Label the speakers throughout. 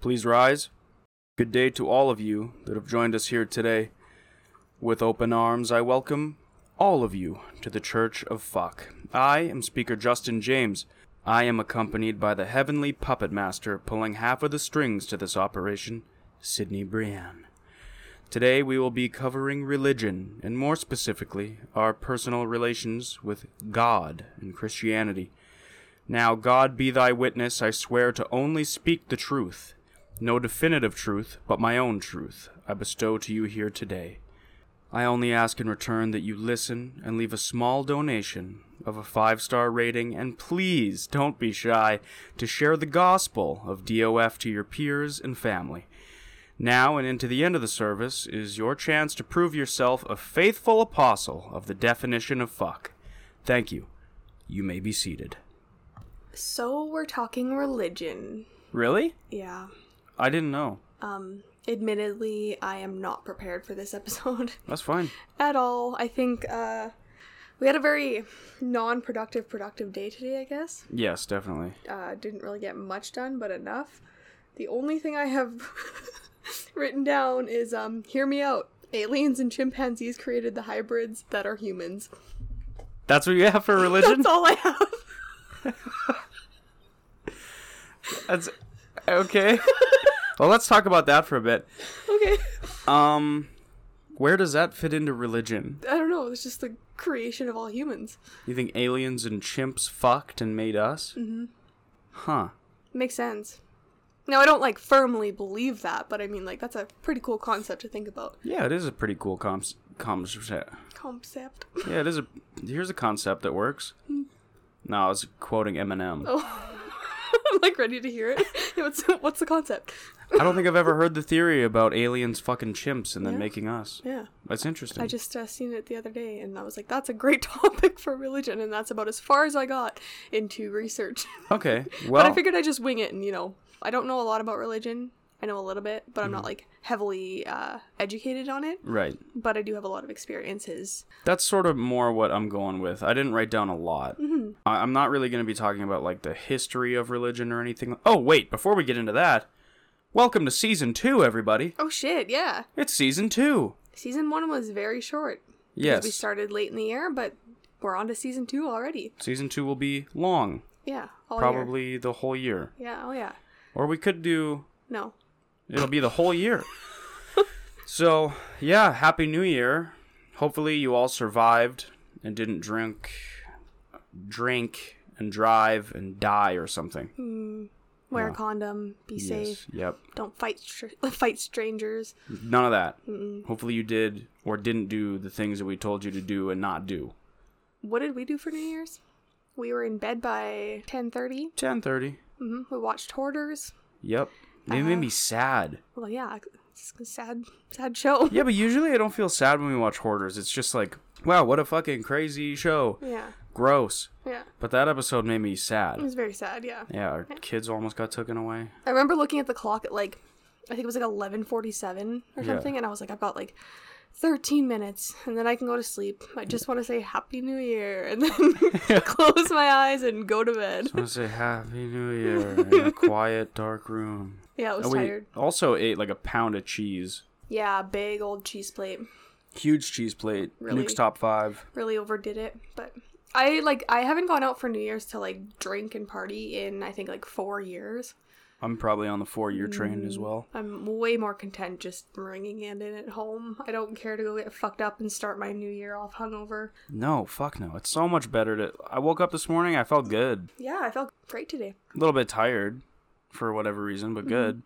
Speaker 1: Please rise. Good day to all of you that have joined us here today. With open arms, I welcome all of you to the Church of Fuck. I am Speaker Justin James. I am accompanied by the heavenly puppet master pulling half of the strings to this operation, Sidney Brienne. Today we will be covering religion, and more specifically, our personal relations with God and Christianity. Now, God be thy witness, I swear to only speak the truth, no definitive truth, but my own truth, I bestow to you here today. I only ask in return that you listen and leave a small donation of a five star rating, and please don't be shy to share the gospel of DOF to your peers and family. Now and into the end of the service is your chance to prove yourself a faithful apostle of the definition of fuck. Thank you. You may be seated.
Speaker 2: So we're talking religion.
Speaker 1: Really?
Speaker 2: Yeah.
Speaker 1: I didn't know.
Speaker 2: Um admittedly, I am not prepared for this episode
Speaker 1: That's fine.
Speaker 2: at all. I think uh we had a very non-productive productive day today, I guess.
Speaker 1: Yes, definitely.
Speaker 2: Uh didn't really get much done, but enough. The only thing I have written down is um hear me out. Aliens and chimpanzees created the hybrids that are humans.
Speaker 1: That's what you have for religion?
Speaker 2: That's all I have.
Speaker 1: That's okay. well, let's talk about that for a bit.
Speaker 2: okay.
Speaker 1: Um where does that fit into religion?
Speaker 2: I don't know, it's just the creation of all humans.
Speaker 1: You think aliens and chimps fucked and made us? Mm-hmm. Huh.
Speaker 2: Makes sense. Now, I don't like firmly believe that, but I mean, like, that's a pretty cool concept to think about.
Speaker 1: Yeah, it is a pretty cool comps comps
Speaker 2: Concept.
Speaker 1: Yeah, it is a. Here's a concept that works.
Speaker 2: Hmm.
Speaker 1: No, I was quoting Eminem.
Speaker 2: Oh. I'm like ready to hear it. Yeah, What's, what's the concept?
Speaker 1: I don't think I've ever heard the theory about aliens fucking chimps and then
Speaker 2: Yeah.
Speaker 1: making us.
Speaker 2: Yeah.
Speaker 1: That's interesting.
Speaker 2: I just uh, seen it the other day and I was like, that's a great topic for religion, and that's about as far as I got into research.
Speaker 1: okay.
Speaker 2: but
Speaker 1: Well,
Speaker 2: I figured I'd just wing it and, you know, I don't know a lot about religion. I know a little bit, but I'm not like heavily uh, educated on it.
Speaker 1: right.
Speaker 2: But I do have a lot of experiences.
Speaker 1: That's sort of more what I'm going with. I didn't write down a lot.
Speaker 2: Mm-hmm.
Speaker 1: I- I'm not really going to be talking about like the history of religion or anything. Oh wait, before we get into that, welcome to season two, everybody.
Speaker 2: Oh, shit, yeah.
Speaker 1: It's season two.
Speaker 2: Season one was very short. because
Speaker 1: Yes.
Speaker 2: We started late in the year, but we're on to season two already.
Speaker 1: season two will be long,
Speaker 2: Yeah. All year.
Speaker 1: probably the whole year,
Speaker 2: Yeah. Oh, yeah.
Speaker 1: or we could do
Speaker 2: No.
Speaker 1: It'll be the whole year. so, yeah, happy new year. Hopefully you all survived and didn't drink drink and drive and die or something.
Speaker 2: Wear
Speaker 1: Yeah.
Speaker 2: a condom. Be safe.
Speaker 1: Yep.
Speaker 2: Don't fight str- fight strangers.
Speaker 1: None of that. Hopefully you did or didn't do the things that we told you to do and not do.
Speaker 2: What did we do for New Year's? We were in bed by ten thirty.
Speaker 1: 10:30.
Speaker 2: Mm-hmm. We watched Hoarders.
Speaker 1: Yep. They made
Speaker 2: Uh-huh.
Speaker 1: me sad.
Speaker 2: Well, yeah, it's a sad, sad show.
Speaker 1: Yeah, but usually I don't feel sad when we watch Hoarders. It's just like, wow, what a fucking crazy show.
Speaker 2: Yeah.
Speaker 1: Gross.
Speaker 2: Yeah.
Speaker 1: But that episode made me
Speaker 2: It
Speaker 1: sad.
Speaker 2: was very sad. Yeah.
Speaker 1: Yeah, our kids almost got taken away.
Speaker 2: I remember looking at the clock at like, I think it was like eleven forty-seven or
Speaker 1: Yeah.
Speaker 2: something, and I was like, I've got like thirteen minutes, and then I can go to sleep. I just want to say Happy New Year, and then close my eyes and go to bed.
Speaker 1: I want to say Happy New Year in a quiet, dark room.
Speaker 2: Yeah, I was
Speaker 1: Oh, we
Speaker 2: tired.
Speaker 1: also ate like a pound of cheese.
Speaker 2: Yeah, big old cheese plate.
Speaker 1: Huge cheese plate.
Speaker 2: Really?
Speaker 1: Nuke's top five.
Speaker 2: Really overdid it, but I like I haven't gone out for New Year's to like drink and party in I think like four years.
Speaker 1: I'm probably on the four year train
Speaker 2: Mm.
Speaker 1: as well.
Speaker 2: I'm way more content just bringing it in at home. I don't care to go get fucked up and start my new year off hungover.
Speaker 1: No, fuck no. It's so much better to. I woke up this morning. I felt good.
Speaker 2: Yeah, I felt great today.
Speaker 1: A little bit tired for whatever reason, but good.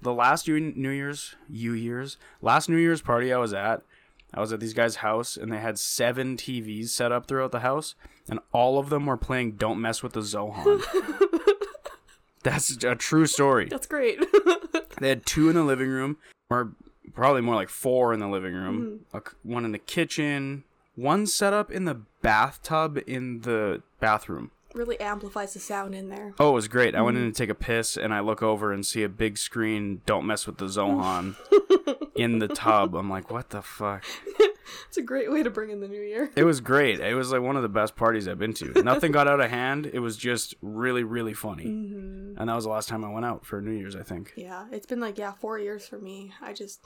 Speaker 1: The last year, New Year's, New Year's, last New Year's party I was at, I was at these guys' house and they had seven TVs set up throughout the house, and all of them were playing "Don't Mess with the Zohan." That's a true story.
Speaker 2: That's great.
Speaker 1: They had two in the living room, or probably more like four in the living room,
Speaker 2: Mm-hmm.
Speaker 1: a c one in the kitchen, one set up in the bathtub in the bathroom.
Speaker 2: really amplifies the sound in there.
Speaker 1: Oh, it was great. I went
Speaker 2: Mm-hmm.
Speaker 1: in to take a piss, and I look over and see a big screen. Don't mess with the Zohan in the tub. I'm like, what the fuck?
Speaker 2: It's a great way to bring in the new year.
Speaker 1: It was great. It was like one of the best parties I've been to. Nothing got out of hand. It was just really, really funny.
Speaker 2: Mm-hmm.
Speaker 1: And that was the last time I went out for New Year's, I think.
Speaker 2: Yeah, it's been like, yeah, four years for me. I just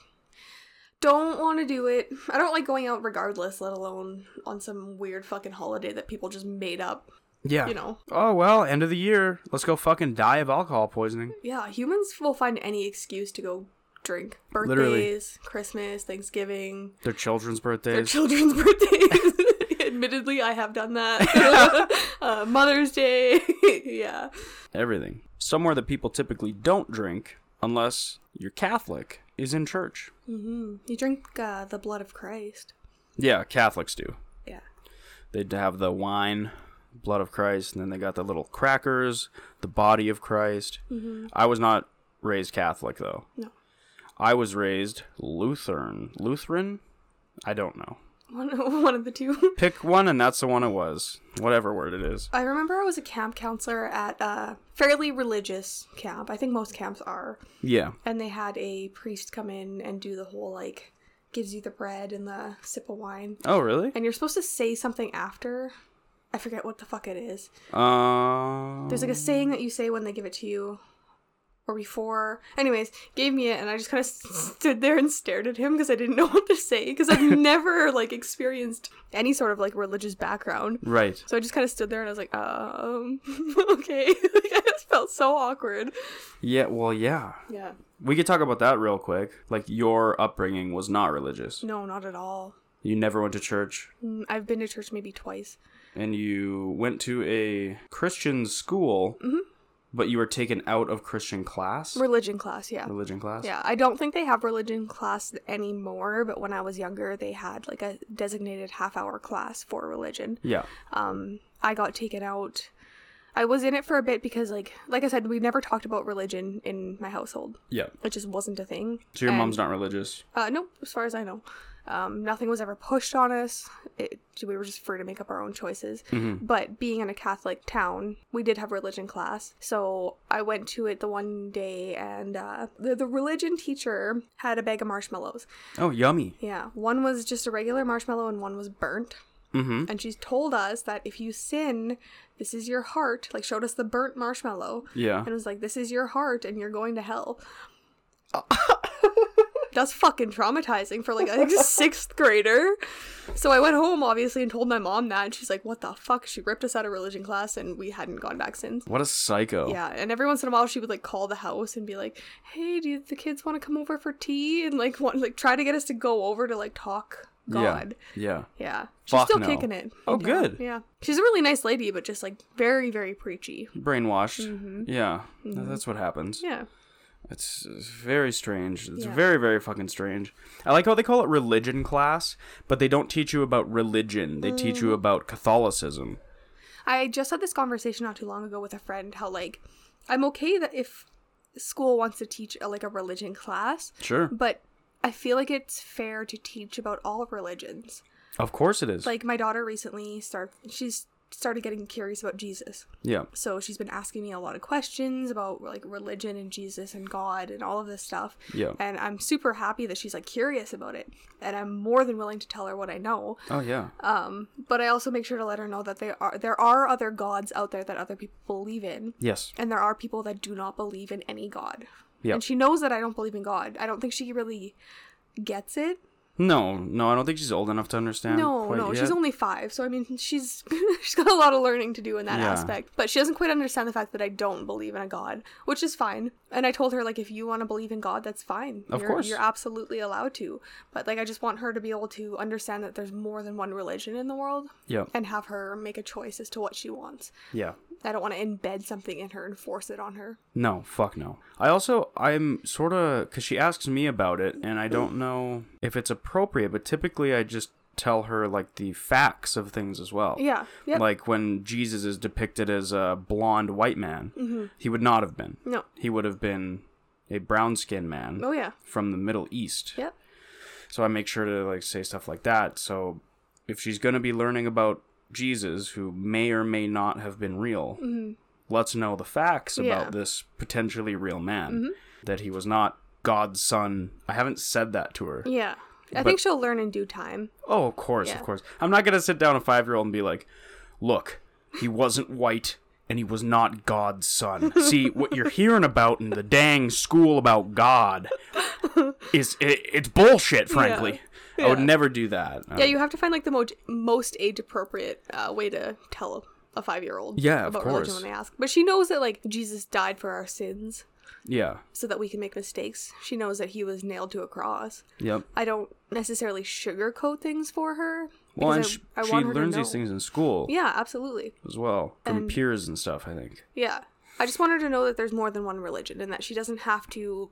Speaker 2: don't want to do it. I don't like going out regardless, let alone on some weird fucking holiday that people just made up,
Speaker 1: Yeah.
Speaker 2: you know?
Speaker 1: Oh, well, end of the year. Let's go fucking die of alcohol poisoning.
Speaker 2: Yeah, humans will find any excuse to go drink. Birthdays,
Speaker 1: Literally.
Speaker 2: Christmas, Thanksgiving,
Speaker 1: Their children's
Speaker 2: their
Speaker 1: birthdays.
Speaker 2: children's birthdays. Admittedly, I have done that. uh, Mother's Day. yeah.
Speaker 1: everything. Somewhere that people typically don't drink, unless you're Catholic, is in church.
Speaker 2: hmm You drink uh, the blood of Christ.
Speaker 1: Yeah, Catholics do.
Speaker 2: Yeah.
Speaker 1: They'd have the wine, blood of Christ, and then they got the little crackers, the body of Christ. I was not raised Catholic, though.
Speaker 2: Mm-hmm. No.
Speaker 1: I was raised Lutheran. Lutheran? I don't know.
Speaker 2: One, one of the two.
Speaker 1: Pick one, and that's the one it was. Whatever word it is.
Speaker 2: I remember I was a camp counselor at a fairly religious camp. I think most camps are.
Speaker 1: Yeah.
Speaker 2: And they had a priest come in and do the whole like gives you the bread and the sip of wine.
Speaker 1: Oh, really?
Speaker 2: And you're supposed to say something after. I forget what the fuck it is.
Speaker 1: Um.
Speaker 2: There's like a saying that you say when they give it to you or before. Anyways, gave me it and I just kind of stood there and stared at him because I didn't know what to say because I've never like experienced any sort of like religious background.
Speaker 1: Right.
Speaker 2: So I just kind of stood there and I was like, um, okay. like, I just felt so awkward.
Speaker 1: Yeah, well, yeah.
Speaker 2: Yeah.
Speaker 1: We could talk about that real quick. Like your upbringing was not religious.
Speaker 2: No, not at all.
Speaker 1: You never went to church
Speaker 2: Mm, I've been to church maybe twice.
Speaker 1: and you went to a Christian school,
Speaker 2: Mm-hmm.
Speaker 1: but you were taken out of Christian class?
Speaker 2: Religion class, yeah.
Speaker 1: Religion class?
Speaker 2: Yeah, I don't think they have religion class anymore, but when I was younger, they had like a designated half hour class for religion.
Speaker 1: Yeah.
Speaker 2: Um, I got taken out. I was in it for a bit because like like I said, we never talked about religion in my household.
Speaker 1: Yeah.
Speaker 2: It just wasn't a thing.
Speaker 1: So your
Speaker 2: And-
Speaker 1: mom's not religious.
Speaker 2: Uh, nope, as far as I know. Um, nothing was ever pushed on us. It, we were just free to make up our own choices. But being in a Catholic town, we did have religion class. So I went to it the one day, and uh, the, the religion teacher had a bag of marshmallows.
Speaker 1: Oh, yummy.
Speaker 2: Yeah, one was just a regular marshmallow, and one was burnt.
Speaker 1: Mhm.
Speaker 2: And she's told us that if you sin, this is your heart. Like, showed us the burnt marshmallow
Speaker 1: Yeah.
Speaker 2: and was like, "This is your heart, and you're going to hell." That's fucking traumatizing for like I think a sixth grader. So I went home obviously and told my mom that, and she's like, "What the fuck?" She ripped us out of religion class, and we hadn't gone back since.
Speaker 1: What a psycho.
Speaker 2: Yeah, and every once in a while she would like call the house and be like, "Hey, do the kids want to come over for tea?" and like want like try to get us to go over to like talk God.
Speaker 1: Yeah.
Speaker 2: Yeah, she's
Speaker 1: Fuck
Speaker 2: still
Speaker 1: no.
Speaker 2: kicking it.
Speaker 1: Oh,
Speaker 2: Yeah.
Speaker 1: good.
Speaker 2: Yeah, she's a really nice lady, but just like very, very preachy.
Speaker 1: yeah. Brainwashed.
Speaker 2: Mm-hmm.
Speaker 1: Yeah. That's what happens.
Speaker 2: Yeah.
Speaker 1: It's it's very strange. It's
Speaker 2: Yeah.
Speaker 1: very, very fucking strange. I like how they call it religion class, but they don't teach you about religion. They teach
Speaker 2: Mm.
Speaker 1: you about Catholicism.
Speaker 2: I just had this conversation not too long ago with a friend how like I'm okay that if school wants to teach a, like a religion class,
Speaker 1: Sure.
Speaker 2: but I feel like it's fair to teach about all religions.
Speaker 1: Of course it is.
Speaker 2: Like my daughter recently start she's started getting curious about Jesus.
Speaker 1: yeah.
Speaker 2: So she's been asking me a lot of questions about like religion and Jesus and God and all of this stuff.
Speaker 1: Yeah.
Speaker 2: And I'm super happy that she's like curious about it. And I'm more than willing to tell her what I know.
Speaker 1: Oh yeah.
Speaker 2: Um, but I also make sure to let her know that there are there are other gods out there that other people believe in,
Speaker 1: yes.
Speaker 2: and there are people that do not believe in any god.
Speaker 1: Yeah.
Speaker 2: And she knows that I don't believe in God. I don't think she really gets it.
Speaker 1: No, no, I don't think she's old enough to understand.
Speaker 2: no,
Speaker 1: quite
Speaker 2: no,
Speaker 1: yet.
Speaker 2: she's only five, so I mean, she's she's got a lot of learning to do in that
Speaker 1: Yeah.
Speaker 2: aspect. But she doesn't quite understand the fact that I don't believe in a god, which is fine. And I told her like, if you want to believe in God, that's fine.
Speaker 1: Of
Speaker 2: you're,
Speaker 1: course.
Speaker 2: you're absolutely allowed to. But like, I just want her to be able to understand that there's more than one religion in the world
Speaker 1: Yeah.
Speaker 2: and have her make a choice as to what she wants.
Speaker 1: Yeah.
Speaker 2: I don't want to embed something in her and force it on her.
Speaker 1: No, fuck no. I also I'm sort of cuz she asks me about it and I don't know if it's appropriate, but typically I just tell her like the facts of things as well.
Speaker 2: Yeah. Yep.
Speaker 1: Like when Jesus is depicted as a blonde white man,
Speaker 2: Mm-hmm.
Speaker 1: he would not have been.
Speaker 2: no.
Speaker 1: He would have been a brown-skinned man
Speaker 2: Oh yeah.
Speaker 1: from the Middle East.
Speaker 2: Yep.
Speaker 1: So I make sure to like say stuff like that. So if she's gonna be learning about Jesus, who may or may not have been real, let's know the facts
Speaker 2: Mm-hmm. Yeah. Mm-hmm.
Speaker 1: about this potentially real man. That he was not God's son. I haven't said that to her.
Speaker 2: Yeah. I think she'll learn in due time.
Speaker 1: Oh, of course,
Speaker 2: Yeah.
Speaker 1: of course. I'm not gonna sit down a five year old and be like, "Look, he wasn't white, and he was not God's son." See what you're hearing about in the dang school about God is it, it's bullshit. Frankly, I would
Speaker 2: Yeah.
Speaker 1: never do that. Uh,
Speaker 2: Yeah, you have to find like the mo- most age appropriate uh, way to tell a five year old
Speaker 1: Yeah, of
Speaker 2: about religion
Speaker 1: course.
Speaker 2: when they ask. But she knows that like Jesus died for our sins
Speaker 1: yeah.
Speaker 2: so that we can make mistakes. She knows that he was nailed to a cross.
Speaker 1: Yep.
Speaker 2: I don't necessarily sugarcoat things for her.
Speaker 1: Well, and
Speaker 2: because
Speaker 1: sh- she learns these
Speaker 2: know.
Speaker 1: things in school
Speaker 2: Yeah, absolutely.
Speaker 1: as well from peers and stuff. I think.
Speaker 2: Yeah. I just want her to know that there's more than one religion and that she doesn't have to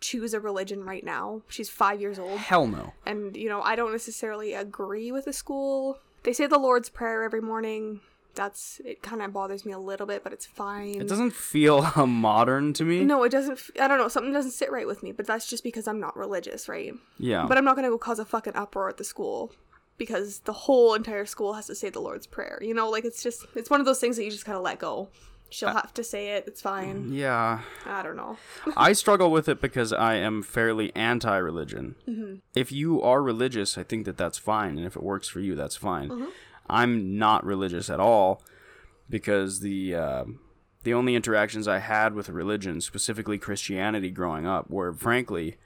Speaker 2: choose a religion right now. She's five years old.
Speaker 1: Hell no.
Speaker 2: And, you know, I don't necessarily agree with the school. They say the Lord's Prayer every morning. That's, it kind of bothers me a little bit, but it's fine.
Speaker 1: It doesn't feel uh, modern to me.
Speaker 2: Mm. no, it doesn't. f- I don't know. Something doesn't sit right with me, but that's just because I'm not religious, right?
Speaker 1: Yeah.
Speaker 2: But I'm not going to go cause a fucking uproar at the school because the whole entire school has to say the Lord's Prayer. You know, like it's just, it's one of those things that you just kind of let go. She'll
Speaker 1: Uh,
Speaker 2: have to say it. It's fine.
Speaker 1: yeah.
Speaker 2: I don't know.
Speaker 1: I struggle with it because I am fairly anti religion. If you are religious, I think that that's fine. And if it works for you, that's fine. I'm not religious at all because the. um the only interactions I had with religion, specifically Christianity growing up, were frankly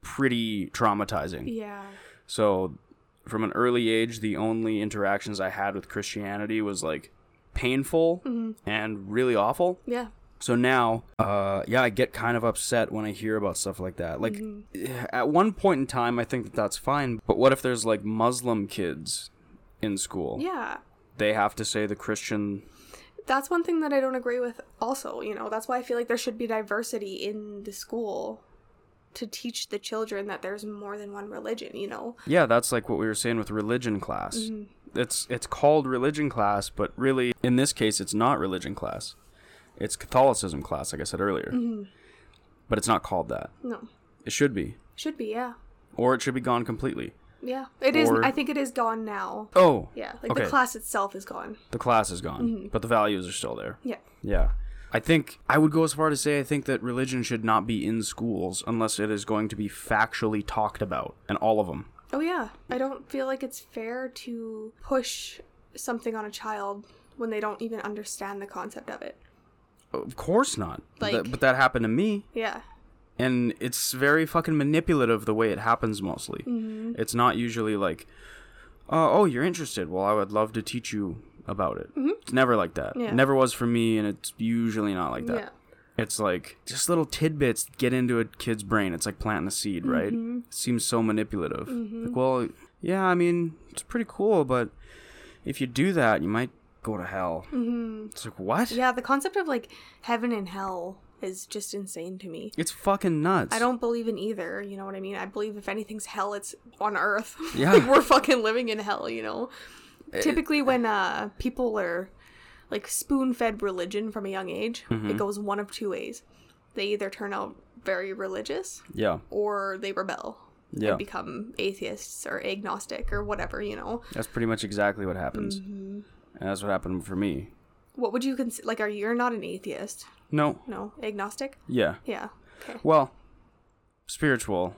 Speaker 1: pretty traumatizing.
Speaker 2: Yeah.
Speaker 1: So, from an early age, the only interactions I had with Christianity was like painful and really awful.
Speaker 2: Yeah.
Speaker 1: So now, uh, yeah, I get kind of upset when I hear about stuff like that. Like,
Speaker 2: Mm-hmm.
Speaker 1: at one point in time, I think that that's fine. But what if there's like Muslim kids in school?
Speaker 2: Yeah.
Speaker 1: They have to say the Christian.
Speaker 2: That's one thing that I don't agree with also, you know. That's why I feel like there should be diversity in the school to teach the children that there's more than one religion, you know.
Speaker 1: Yeah, that's like what we were saying with religion class.
Speaker 2: Mm-hmm.
Speaker 1: It's it's called religion class, but really, in this case, it's not religion class. It's Catholicism class, like I said earlier.
Speaker 2: Mm-hmm.
Speaker 1: But it's not called that.
Speaker 2: No.
Speaker 1: It should be,
Speaker 2: Should be, yeah.
Speaker 1: or it should be gone completely.
Speaker 2: Yeah. It is
Speaker 1: Or-
Speaker 2: I think it is gone now.
Speaker 1: Oh,
Speaker 2: Yeah. Like
Speaker 1: okay.
Speaker 2: the Mm-hmm. class itself is gone.
Speaker 1: the class is gone, but the values are still there.
Speaker 2: Yeah.
Speaker 1: Yeah. I think I would go as far to say I think that religion should not be in schools unless it is going to be factually talked about, and all of them.
Speaker 2: Oh yeah. I don't feel like it's fair to push something on a child when they don't even understand the concept of it.
Speaker 1: Of course not. But that-
Speaker 2: Like-
Speaker 1: but that happened to me,
Speaker 2: Yeah.
Speaker 1: and it's very fucking manipulative the way it happens mostly.
Speaker 2: Mm-hmm.
Speaker 1: It's not usually like, uh, oh, you're interested. Well, I would love to teach you about it. It's never like that.
Speaker 2: Mm-hmm. Yeah.
Speaker 1: Never was for me, and it's usually not like that.
Speaker 2: Yeah.
Speaker 1: It's like just little tidbits that get into a kid's brain. It's like planting a seed, right?
Speaker 2: Mm-hmm.
Speaker 1: It seems so manipulative. Like, well, yeah, I mean, it's pretty cool, but if you do that, you might go to hell. Mm-hmm. It's like what?
Speaker 2: Yeah, the concept of like heaven and hell is just insane to me.
Speaker 1: It's fucking nuts.
Speaker 2: I don't believe in either, you know what I mean? I believe if anything's hell, it's on earth.
Speaker 1: Yeah.
Speaker 2: like we're fucking living in hell, you know? Typically when uh people are like spoon-fed religion from a young age, it goes one of two ways. They either turn out very religious
Speaker 1: Yeah,
Speaker 2: or they rebel. and
Speaker 1: Yeah.
Speaker 2: become atheists or agnostic or whatever, you know.
Speaker 1: that's pretty much exactly what happens,
Speaker 2: Mm-hmm.
Speaker 1: and that's what happened for me.
Speaker 2: What would you consider? Like, are you, you're not an atheist?
Speaker 1: No,
Speaker 2: No, agnostic.
Speaker 1: yeah,
Speaker 2: Yeah. Okay.
Speaker 1: well, spiritual,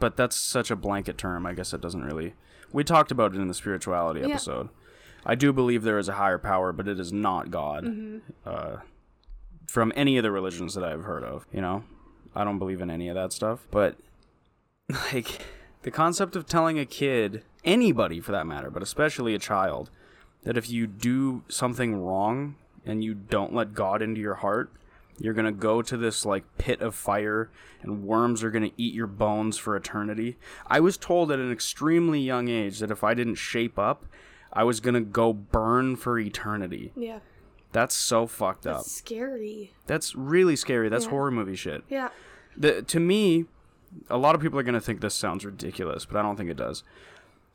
Speaker 1: but that's such a blanket term. I guess it doesn't really. We talked about it in the spirituality episode. I do believe there is a higher power, but it is not God. Uh, from any of the religions that I've heard of, you know, I don't believe in any of that stuff. But like the concept of telling a kid, anybody for that matter, but especially a child, that if you do something wrong and you don't let God into your heart, you're gonna go to this like pit of fire and worms are gonna eat your bones for eternity. I was told at an extremely young age that if I didn't shape up, I was gonna go burn for eternity.
Speaker 2: Yeah.
Speaker 1: That's so fucked up.
Speaker 2: Scary.
Speaker 1: That's really scary. That's
Speaker 2: Yeah.
Speaker 1: horror movie shit.
Speaker 2: Yeah.
Speaker 1: The, to me, a lot of people are going to think this sounds ridiculous, but I don't think it does.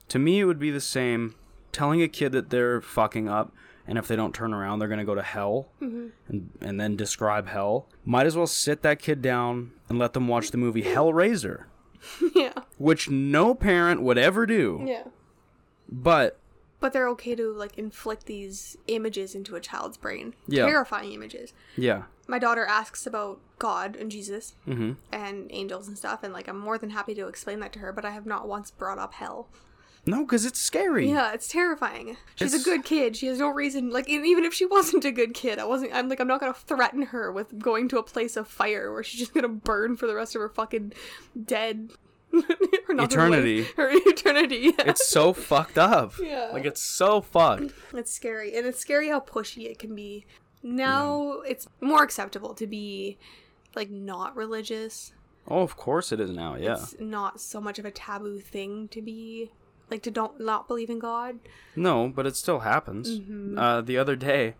Speaker 1: To me, it would be the same telling a kid that they're fucking up, and if they don't turn around, they're going to go to hell,
Speaker 2: Mm-hmm.
Speaker 1: and, and then describe hell. Might as well sit that kid down and let them watch the movie Hellraiser,
Speaker 2: yeah.
Speaker 1: which no parent would ever do.
Speaker 2: Yeah.
Speaker 1: But
Speaker 2: but they're okay to like inflict these images into a child's brain.
Speaker 1: Yeah.
Speaker 2: Terrifying images.
Speaker 1: Yeah.
Speaker 2: My daughter asks about God and Jesus
Speaker 1: Mhm.
Speaker 2: and angels and stuff, and like I'm more than happy to explain that to her, but I have not once brought up hell.
Speaker 1: No, because it's scary.
Speaker 2: Yeah, it's terrifying. She's
Speaker 1: It's-
Speaker 2: a good kid. She has no reason like and even if she wasn't a good kid, I wasn't I'm like I'm not going to threaten her with going to a place of fire where she's just going to burn for the rest of her fucking dead her not her life-
Speaker 1: Eternity.
Speaker 2: Her eternity. yeah.
Speaker 1: It's so fucked up.
Speaker 2: Yeah.
Speaker 1: Like it's so fucked.
Speaker 2: It's scary, and it's scary how pushy it can be. Now it's more acceptable to be like not religious.
Speaker 1: Oh, of course it is now. Yeah.
Speaker 2: It's not so much of a taboo thing to be like to don't not believe in God.
Speaker 1: No, but it still happens. Uh, the other day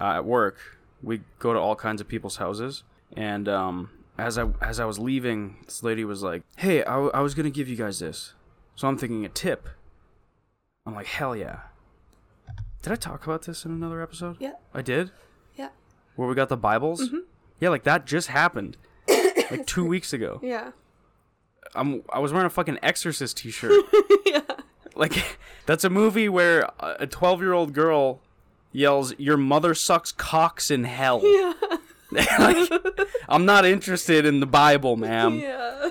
Speaker 1: uh, at work, we go to all kinds of people's houses, and um, as I as I was leaving, this lady was like, "Hey, I, w- I was gonna give you guys this," so I'm thinking a tip. I'm like, "Hell yeah!" Did I talk about this in another episode?
Speaker 2: Yeah.
Speaker 1: I did.
Speaker 2: Yeah.
Speaker 1: Where we got the Bibles? Yeah, like that just happened, like two weeks ago.
Speaker 2: Yeah.
Speaker 1: I'm I was wearing a fucking Exorcist T-shirt. Like that's a movie where a- a 12 year old girl yells, "Your mother sucks cocks in hell."
Speaker 2: Yeah.
Speaker 1: like, I'm not interested in the Bible, ma'am.
Speaker 2: Yeah.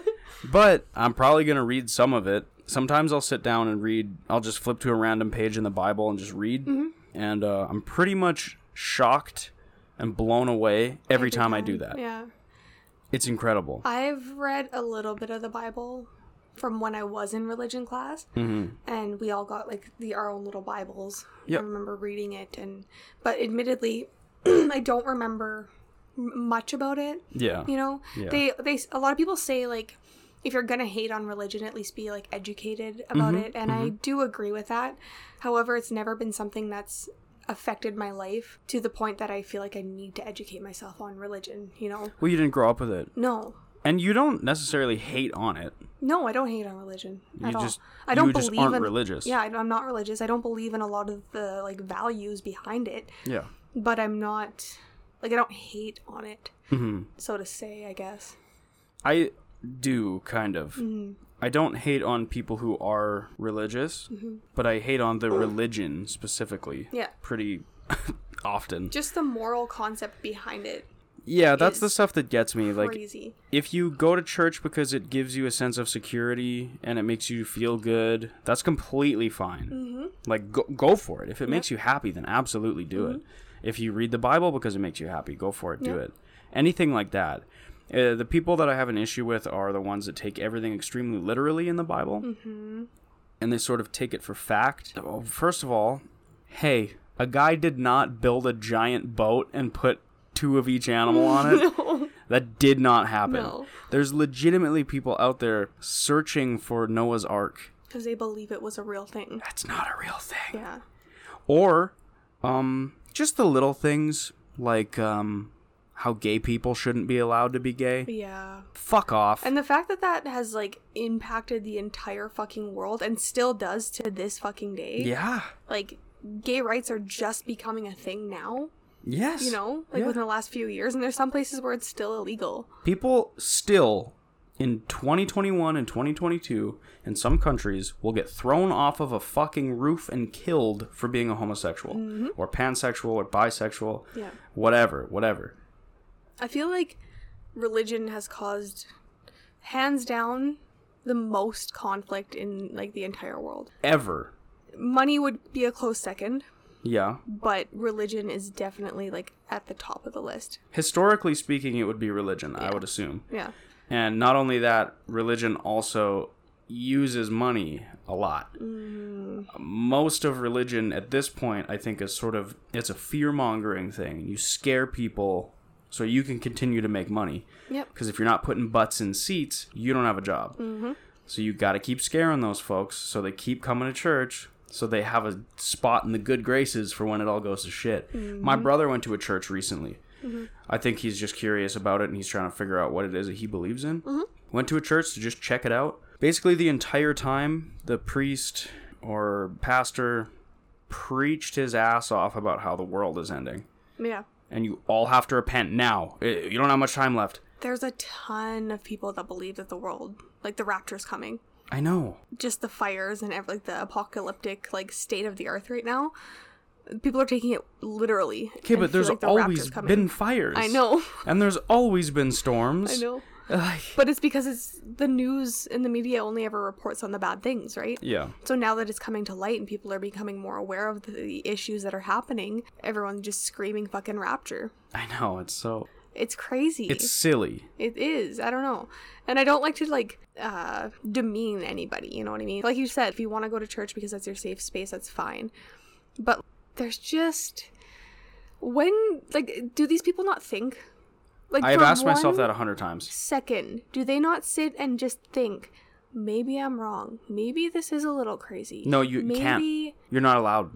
Speaker 1: But I'm probably gonna read some of it. Sometimes I'll sit down and read. I'll just flip to a random page in the Bible and just read.
Speaker 2: Mm-hmm.
Speaker 1: And uh, I'm pretty much shocked and blown away every, time, I do that.
Speaker 2: Yeah. Uh,
Speaker 1: It's incredible.
Speaker 2: I've read a little bit of the Bible from when I was in religion class,
Speaker 1: Mm-hmm.
Speaker 2: and we all got like the our own little Bibles.
Speaker 1: Yep.
Speaker 2: I remember reading it, and but admittedly, I don't remember m- much about it.
Speaker 1: yeah.
Speaker 2: You know,
Speaker 1: Yeah.
Speaker 2: they they a lot of people say like if you're gonna hate on religion, at least be like educated about
Speaker 1: Mm-hmm.
Speaker 2: it, and I do agree with that. However, it's never been something that's affected my life to the point that I feel like I need to educate myself on religion. You know,
Speaker 1: Well, you didn't grow up with it,
Speaker 2: no,
Speaker 1: and you don't necessarily hate on it.
Speaker 2: No, I don't hate on religion
Speaker 1: You
Speaker 2: at
Speaker 1: just-
Speaker 2: all. I don't
Speaker 1: you just
Speaker 2: believe
Speaker 1: aren't
Speaker 2: in
Speaker 1: religious.
Speaker 2: Yeah, I- I'm not religious. I don't believe in a lot of the like values behind it,
Speaker 1: Yeah.
Speaker 2: but I'm not like I don't hate on it,
Speaker 1: hmm
Speaker 2: so to say. I guess.
Speaker 1: I do kind of.
Speaker 2: Mhm.
Speaker 1: I don't hate on people who are religious, but I hate on the religion specifically
Speaker 2: Yeah,
Speaker 1: pretty often.
Speaker 2: just the moral concept behind it.
Speaker 1: Yeah, that's the
Speaker 2: is
Speaker 1: stuff that gets me. Like
Speaker 2: Crazy.
Speaker 1: if you go to church because it gives you a sense of security and it makes you feel good, that's completely fine. Like go, go for it. If it makes you happy, then absolutely do it. If you read the Bible because it makes you happy, go for it. Do it. Anything like that. Uh, the people that I have an issue with are the ones that take everything extremely literally in the Bible, and they sort of take it for fact. Oh, First of all, hey, a guy did not build a giant boat and put two of each animal on it. That did not happen.
Speaker 2: No.
Speaker 1: There's legitimately people out there searching for Noah's Ark.
Speaker 2: Because they believe it was a real thing.
Speaker 1: That's not a real thing.
Speaker 2: Yeah.
Speaker 1: Or, um, just the little things like, um, how gay people shouldn't be allowed to be gay.
Speaker 2: Yeah.
Speaker 1: Fuck off.
Speaker 2: And the fact that that has like impacted the entire fucking world and still does to this fucking day.
Speaker 1: yeah.
Speaker 2: Like gay rights are just becoming a thing now.
Speaker 1: Yes.
Speaker 2: you know, like
Speaker 1: Yeah.
Speaker 2: within the last few years, and there's some places where it's still illegal.
Speaker 1: people still in 2021 and 2022 in some countries will get thrown off of a fucking roof and killed for being a homosexual or pansexual or bisexual
Speaker 2: Mm-hmm. Yeah.
Speaker 1: whatever whatever
Speaker 2: I feel like religion has caused, hands down, the most conflict in like the entire world.
Speaker 1: ever
Speaker 2: Money would be a close second,
Speaker 1: yeah
Speaker 2: but religion is definitely like at the top of the list.
Speaker 1: historically speaking it would be religion i would assume
Speaker 2: Yeah.
Speaker 1: and not only that religion also uses money a lot most of religion at this point i think is sort of it's a fear-mongering thing you scare people so you can continue to make money
Speaker 2: Yep.
Speaker 1: because if you're not putting butts in seats you don't have a job so you got to keep scaring those folks so they keep coming to church so they have a spot in the good graces for when it all goes to shit my brother went to a church recently I think he's just curious about it and he's trying to figure out what it is that he believes in. Went to a church to just check it out. Basically, the entire time, the priest or pastor preached his ass off about how the world is ending.
Speaker 2: Yeah.
Speaker 1: And you all have to repent now. Eh, You don't have much time left.
Speaker 2: There's a ton of people that believe that the world, like the rapture's coming.
Speaker 1: I know.
Speaker 2: just the fires and ev- like the apocalyptic like state of the earth right now. People are taking it literally.
Speaker 1: Okay,
Speaker 2: and
Speaker 1: but
Speaker 2: feel
Speaker 1: there's
Speaker 2: like the raptor's
Speaker 1: always
Speaker 2: coming.
Speaker 1: been fires.
Speaker 2: I know.
Speaker 1: And there's always been storms.
Speaker 2: I know.
Speaker 1: Ugh.
Speaker 2: But it's because it's the news and the media only ever reports on the bad things, right?
Speaker 1: yeah.
Speaker 2: So now that it's coming to light and people are becoming more aware of the, the issues that are happening, everyone's just screaming fucking rapture.
Speaker 1: I know. It's so.
Speaker 2: It's crazy.
Speaker 1: It's silly.
Speaker 2: It is. I don't know. And I don't like to like uh demean anybody, you know what I mean? Like you said, if you want to go to church because that's your safe space, that's fine. But there's just when like do these people not think? Like
Speaker 1: I have
Speaker 2: for
Speaker 1: asked myself
Speaker 2: one
Speaker 1: that a hundred times.
Speaker 2: Second, do they not sit and just think, maybe I'm wrong. Maybe this is a little crazy.
Speaker 1: No, you
Speaker 2: maybe
Speaker 1: can't. You're not allowed.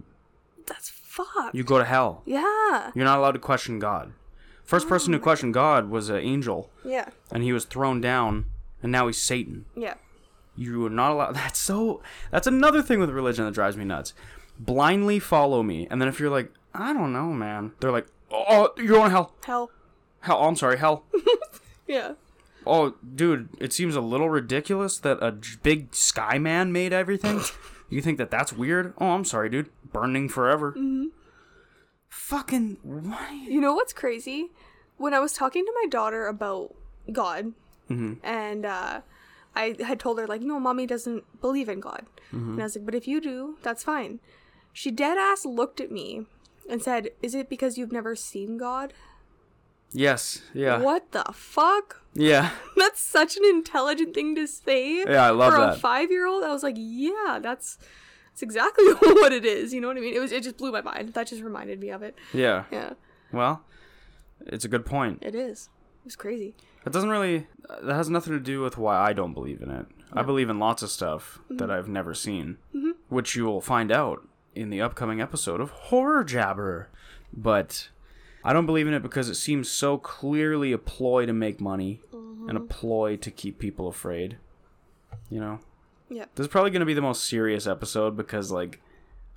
Speaker 2: that's fucked.
Speaker 1: You go to hell.
Speaker 2: yeah.
Speaker 1: You're not allowed to question God. First person to
Speaker 2: Oh
Speaker 1: question God was an angel,
Speaker 2: Yeah.
Speaker 1: and he was thrown down, and now he's Satan.
Speaker 2: Yeah.
Speaker 1: You are not allowed. That's so. That's another thing with religion that drives me nuts. Blindly follow me, and then if you're like, I don't know, man, they're like, oh, you're going to hell.
Speaker 2: Hell.
Speaker 1: Hell. Oh, I'm sorry, hell.
Speaker 2: Yeah.
Speaker 1: Oh, dude, it seems a little ridiculous that a j- big sky man made everything. you think that that's weird? Oh, I'm sorry, dude. Burning forever. Mm-hmm. Fucking what?
Speaker 2: You know what's crazy? When I was talking to my daughter about God,
Speaker 1: Mm-hmm.
Speaker 2: and uh, I had told her, like, no, mommy doesn't believe in God.
Speaker 1: Mm-hmm.
Speaker 2: And I was like, but if you do, that's fine. She dead ass looked at me and said, Is it because you've never seen God?
Speaker 1: Yes. Yeah.
Speaker 2: What the fuck?
Speaker 1: Yeah.
Speaker 2: That's such an intelligent thing to say.
Speaker 1: Yeah, I love
Speaker 2: for
Speaker 1: that.
Speaker 2: a five year old. I was like, yeah, that's that's exactly what it is. You know what I mean? It was it just blew my mind. That just reminded me of it.
Speaker 1: Yeah.
Speaker 2: Yeah,
Speaker 1: Well, it's a good point.
Speaker 2: it is. It was crazy.
Speaker 1: It doesn't really. That has nothing to do with why I don't believe in it. I believe in lots of stuff that I've never seen, which you will find out in the upcoming episode of Horror Jabber. But I don't believe in it because it seems so clearly a ploy to make money
Speaker 2: Mm-hmm.
Speaker 1: and a ploy to keep people afraid. You know?
Speaker 2: Yeah.
Speaker 1: This is probably going to be the most serious episode because, like,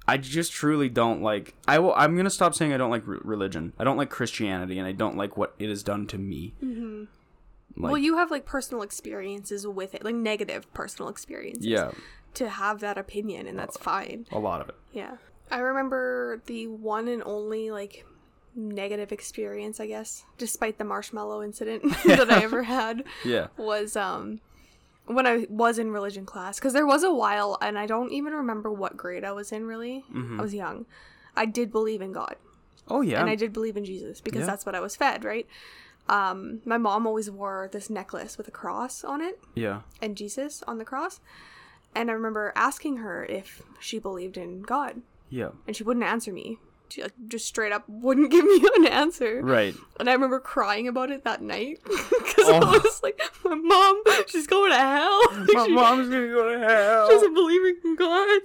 Speaker 1: I just truly don't like. I will. I'm gonna stop saying I don't like re- religion. I don't like Christianity, and I don't like what it has done to me. Like-
Speaker 2: Mm-hmm. well, you have like personal experiences with it, like negative personal experiences.
Speaker 1: Yeah, Uh,
Speaker 2: To have that opinion, and that's fine.
Speaker 1: a lot of it.
Speaker 2: Yeah. I remember the one and only like negative experience, I guess, despite the marshmallow incident that I ever had.
Speaker 1: Yeah.
Speaker 2: was um when I was in religion class because there was a while and I don't even remember what grade I was in really.
Speaker 1: Mm-hmm.
Speaker 2: I was young. I did believe in God
Speaker 1: Oh yeah.
Speaker 2: and I did believe in Jesus because
Speaker 1: Yeah.
Speaker 2: that's what I was fed, right? Um my mom always wore this necklace with a cross on it
Speaker 1: yeah.
Speaker 2: and Jesus on the cross. And I remember asking her if she believed in God
Speaker 1: Yeah.
Speaker 2: and she wouldn't answer me. She like, just straight up wouldn't give me an answer.
Speaker 1: Right.
Speaker 2: And I remember crying about it that night because
Speaker 1: Oh.
Speaker 2: I was like, "My mom, she's going to hell.
Speaker 1: My oh.
Speaker 2: she
Speaker 1: mom's gonna go to hell.
Speaker 2: doesn't believe in God."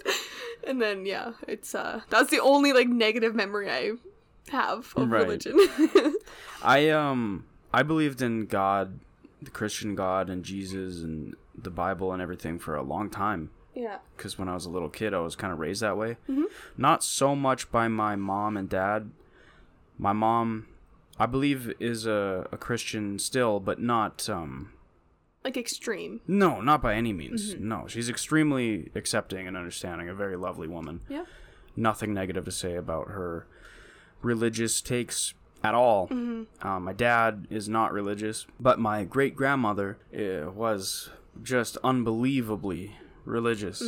Speaker 2: And then yeah, it's uh, that's the only like negative memory I have of
Speaker 1: Right.
Speaker 2: religion.
Speaker 1: I um I believed in God, the Christian God, and Jesus, and the Bible, and everything for a long time.
Speaker 2: yeah,
Speaker 1: because when I was a little kid, I was kind of raised that way. Not so much by my mom and dad. My mom, I believe, is a, a Christian still, but not. Um,
Speaker 2: like extreme.
Speaker 1: no, not by any means. No, she's extremely accepting and understanding. A very lovely woman.
Speaker 2: Yeah,
Speaker 1: Nothing negative to say about her religious takes at all. Um, my dad is not religious, but my great grandmother uh, was just unbelievably religious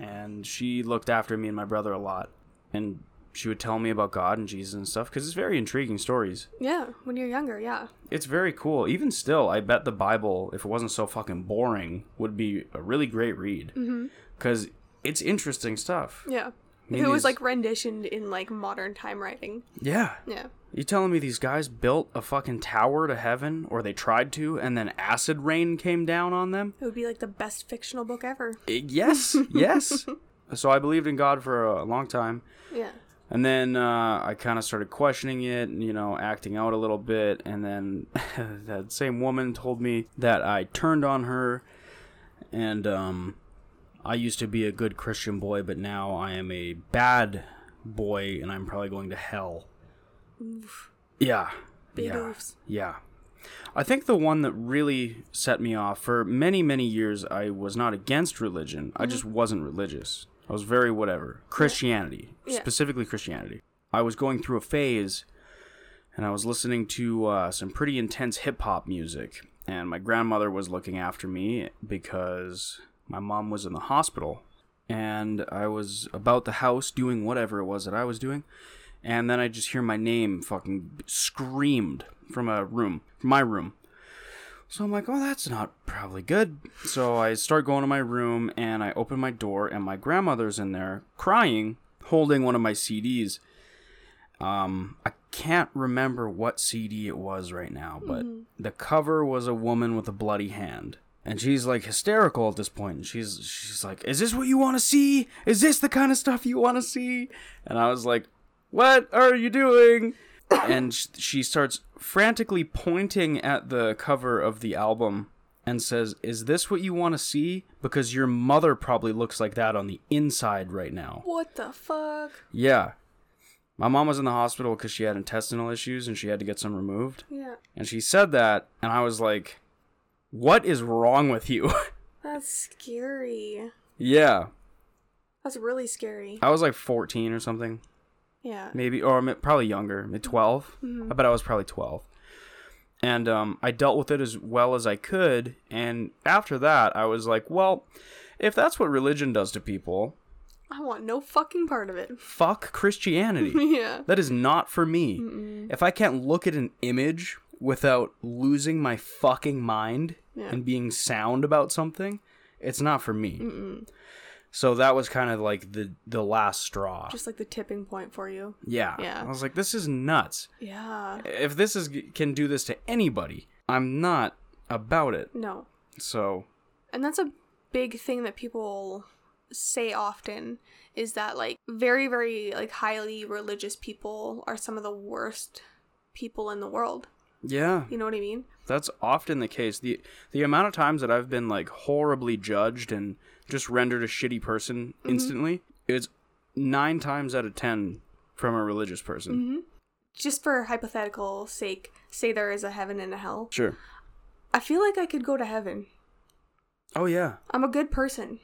Speaker 1: and she looked after me and my brother a lot and she would tell me about god and jesus and stuff because it's very intriguing stories
Speaker 2: yeah. When you're younger, yeah,
Speaker 1: it's very cool even still i bet the bible if it wasn't so fucking boring would be a really great read because it's interesting stuff
Speaker 2: yeah.
Speaker 1: Me
Speaker 2: if it
Speaker 1: and
Speaker 2: was
Speaker 1: these-
Speaker 2: like renditioned in like modern time writing,
Speaker 1: yeah
Speaker 2: yeah,
Speaker 1: you telling me these guys built a fucking tower to heaven or they tried to and then acid rain came down on them
Speaker 2: it would be like the best fictional book ever.
Speaker 1: Eh, yes yes so i believed in god for a long time
Speaker 2: Yeah,
Speaker 1: And then uh, I kind of started questioning it, and, you know, acting out a little bit. And then that same woman told me that I turned on her, and um, I used to be a good Christian boy, but now I am a bad boy, and I'm probably going to hell. Yeah.
Speaker 2: big
Speaker 1: yeah.
Speaker 2: oofs.
Speaker 1: Yeah. I think the one that really set me off for many, many years, I was not against religion. I just wasn't religious. I was very whatever. Christianity,
Speaker 2: Yeah.
Speaker 1: specifically Christianity. I was going through a phase and I was listening to uh, some pretty intense hip hop music. And my grandmother was looking after me because my mom was in the hospital. And I was about the house doing whatever it was that I was doing. And then I just hear my name fucking screamed from a room, from my room. So I'm like, oh, that's not probably good. So I start going to my room and I open my door, and my grandmother's in there crying, holding one of my CDs. Um, I can't remember what CD it was right now, but the cover was a woman with a bloody hand. And she's like hysterical at this point. And she's she's like, "Is this what you want to see? Is this the kind of stuff you want to see?" And I was like, "What are you doing?" and sh- she starts frantically pointing at the cover of the album and says, "Is this what you want to see? Because your mother probably looks like that on the inside right now."
Speaker 2: What the fuck?
Speaker 1: Yeah. My mom was in the hospital because she had intestinal issues and she had to get some removed.
Speaker 2: Yeah,
Speaker 1: And she said that, and I was like, what is wrong with you?
Speaker 2: that's scary.
Speaker 1: yeah.
Speaker 2: That's really scary.
Speaker 1: I was like 14 or something,
Speaker 2: Yeah.
Speaker 1: maybe, or mi- probably younger, mid 12. I bet I was probably 12. And um, I dealt with it as well as I could. And after that, I was like, well, if that's what religion does to people,
Speaker 2: I want no fucking part of it.
Speaker 1: fuck Christianity.
Speaker 2: yeah.
Speaker 1: That is not for me. If I can't look at an image without losing my fucking mind
Speaker 2: Yeah.
Speaker 1: and being sound about something, it's not for me. So that was kind of like the the last straw.
Speaker 2: Just like the tipping point for you.
Speaker 1: yeah.
Speaker 2: Yeah.
Speaker 1: I was like this is nuts.
Speaker 2: Yeah.
Speaker 1: If this is can do this to anybody, I'm not about it.
Speaker 2: No.
Speaker 1: So
Speaker 2: And that's a big thing that people say often is that like very very like highly religious people are some of the worst people in the world.
Speaker 1: yeah,
Speaker 2: You know what I mean?
Speaker 1: that's often the case. The the amount of times that I've been like horribly judged and just rendered a shitty person instantly, it's nine times out of ten from a religious person.
Speaker 2: Mm-hmm. Just for hypothetical sake, say there is a heaven and a hell.
Speaker 1: Sure.
Speaker 2: I feel like I could go to heaven.
Speaker 1: Oh yeah.
Speaker 2: I'm a good person.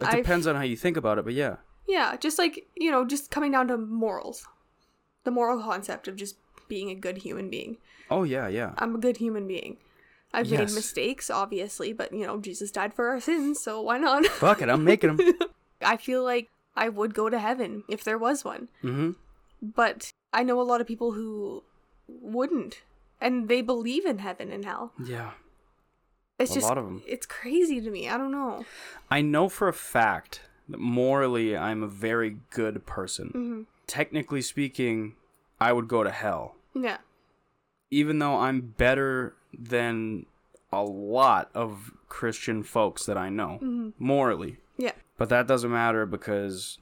Speaker 1: It
Speaker 2: I've-
Speaker 1: depends on how you think about it, but yeah.
Speaker 2: Yeah, just like, you know, just coming down to morals. The moral concept of just being a good human being.
Speaker 1: Oh yeah, yeah.
Speaker 2: I'm a good human being. I've
Speaker 1: Yes.
Speaker 2: made mistakes, obviously, but, you know, Jesus died for our sins, so why not?
Speaker 1: Fuck it, I'm making them.
Speaker 2: I feel like I would go to heaven if there was one.
Speaker 1: mm-hmm.
Speaker 2: But I know a lot of people who wouldn't. And they believe in heaven and hell.
Speaker 1: Yeah.
Speaker 2: It's
Speaker 1: A
Speaker 2: just
Speaker 1: lot of 'em.
Speaker 2: it's crazy to me. I don't know.
Speaker 1: I know for a fact that morally I'm a very good person. Technically speaking, I would go to hell.
Speaker 2: Yeah.
Speaker 1: even though I'm better than a lot of Christian folks that I know morally,
Speaker 2: Yeah.
Speaker 1: but that doesn't matter because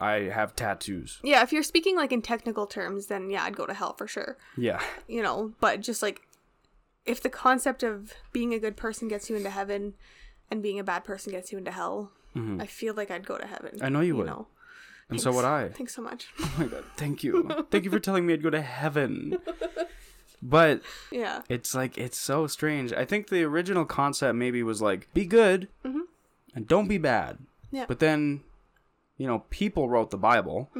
Speaker 1: I have tattoos.
Speaker 2: Yeah, if you're speaking like in technical terms, then yeah, I'd go to hell for sure.
Speaker 1: Yeah,
Speaker 2: you know, but just like if the concept of being a good person gets you into heaven and being a bad person gets you into hell, I feel like I'd go to heaven.
Speaker 1: Mm-hmm. I know you would. and so would I.
Speaker 2: Thanks so much.
Speaker 1: Oh my god, thank you, thank you for telling me I'd go to heaven. But
Speaker 2: yeah.
Speaker 1: it's like it's so strange. I think the original concept maybe was like be good and don't be bad.
Speaker 2: Yeah.
Speaker 1: But then, you know, people wrote the Bible,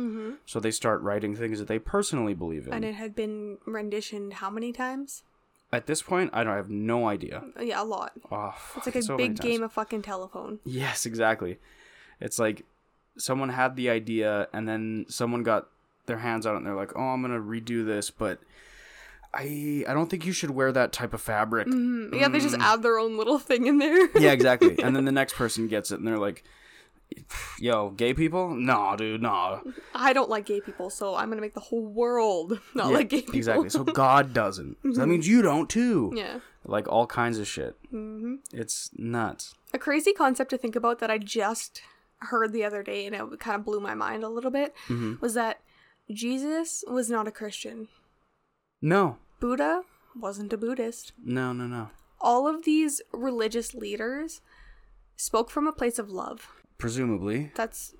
Speaker 1: so they start writing things that they personally believe in.
Speaker 2: And it had been renditioned how many times?
Speaker 1: At this point, I don't I have no idea.
Speaker 2: Uh, Yeah, a lot.
Speaker 1: Oh,
Speaker 2: It's like a big game of fucking telephone.
Speaker 1: Yes, exactly. It's like someone had the idea and then someone got their hands on it and they're like, "Oh, I'm going to redo this, but I I don't think you should wear that type of fabric."
Speaker 2: Mm, Yeah, they just add their own little thing in there.
Speaker 1: Mm. Yeah, exactly. and then the next person gets it and they're like, "Yo, gay people? Nah, dude, nah."
Speaker 2: I don't like gay people, so I'm gonna make the whole world not
Speaker 1: Yeah,
Speaker 2: like gay people. Mm-hmm.
Speaker 1: Exactly. So God doesn't. So that means you don't too.
Speaker 2: Yeah. Mm-hmm.
Speaker 1: Like all kinds of shit. It's nuts.
Speaker 2: A crazy concept to think about that I just heard the other day and it kind of blew my mind a little bit was that Jesus was not a Christian.
Speaker 1: No.
Speaker 2: Buddha wasn't a Buddhist.
Speaker 1: No, no, no.
Speaker 2: All of these religious leaders spoke from a place of love.
Speaker 1: Presumably.
Speaker 2: That's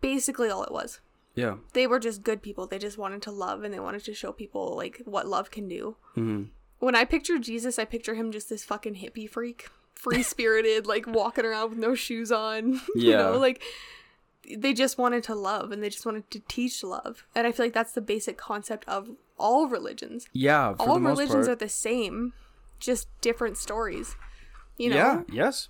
Speaker 2: basically all it was.
Speaker 1: Yeah.
Speaker 2: They were just good people. They just wanted to love and they wanted to show people like what love can do.
Speaker 1: Mhm.
Speaker 2: When I picture Jesus, I picture him just this fucking hippie freak, free spirited, like walking around with no shoes on. You
Speaker 1: Yeah.
Speaker 2: know, like they just wanted to love and they just wanted to teach love. And I feel like that's the basic concept of all religions.
Speaker 1: Yeah, for
Speaker 2: all
Speaker 1: the most
Speaker 2: religions are
Speaker 1: part.
Speaker 2: the same, just different stories. You know?
Speaker 1: Yeah, yes.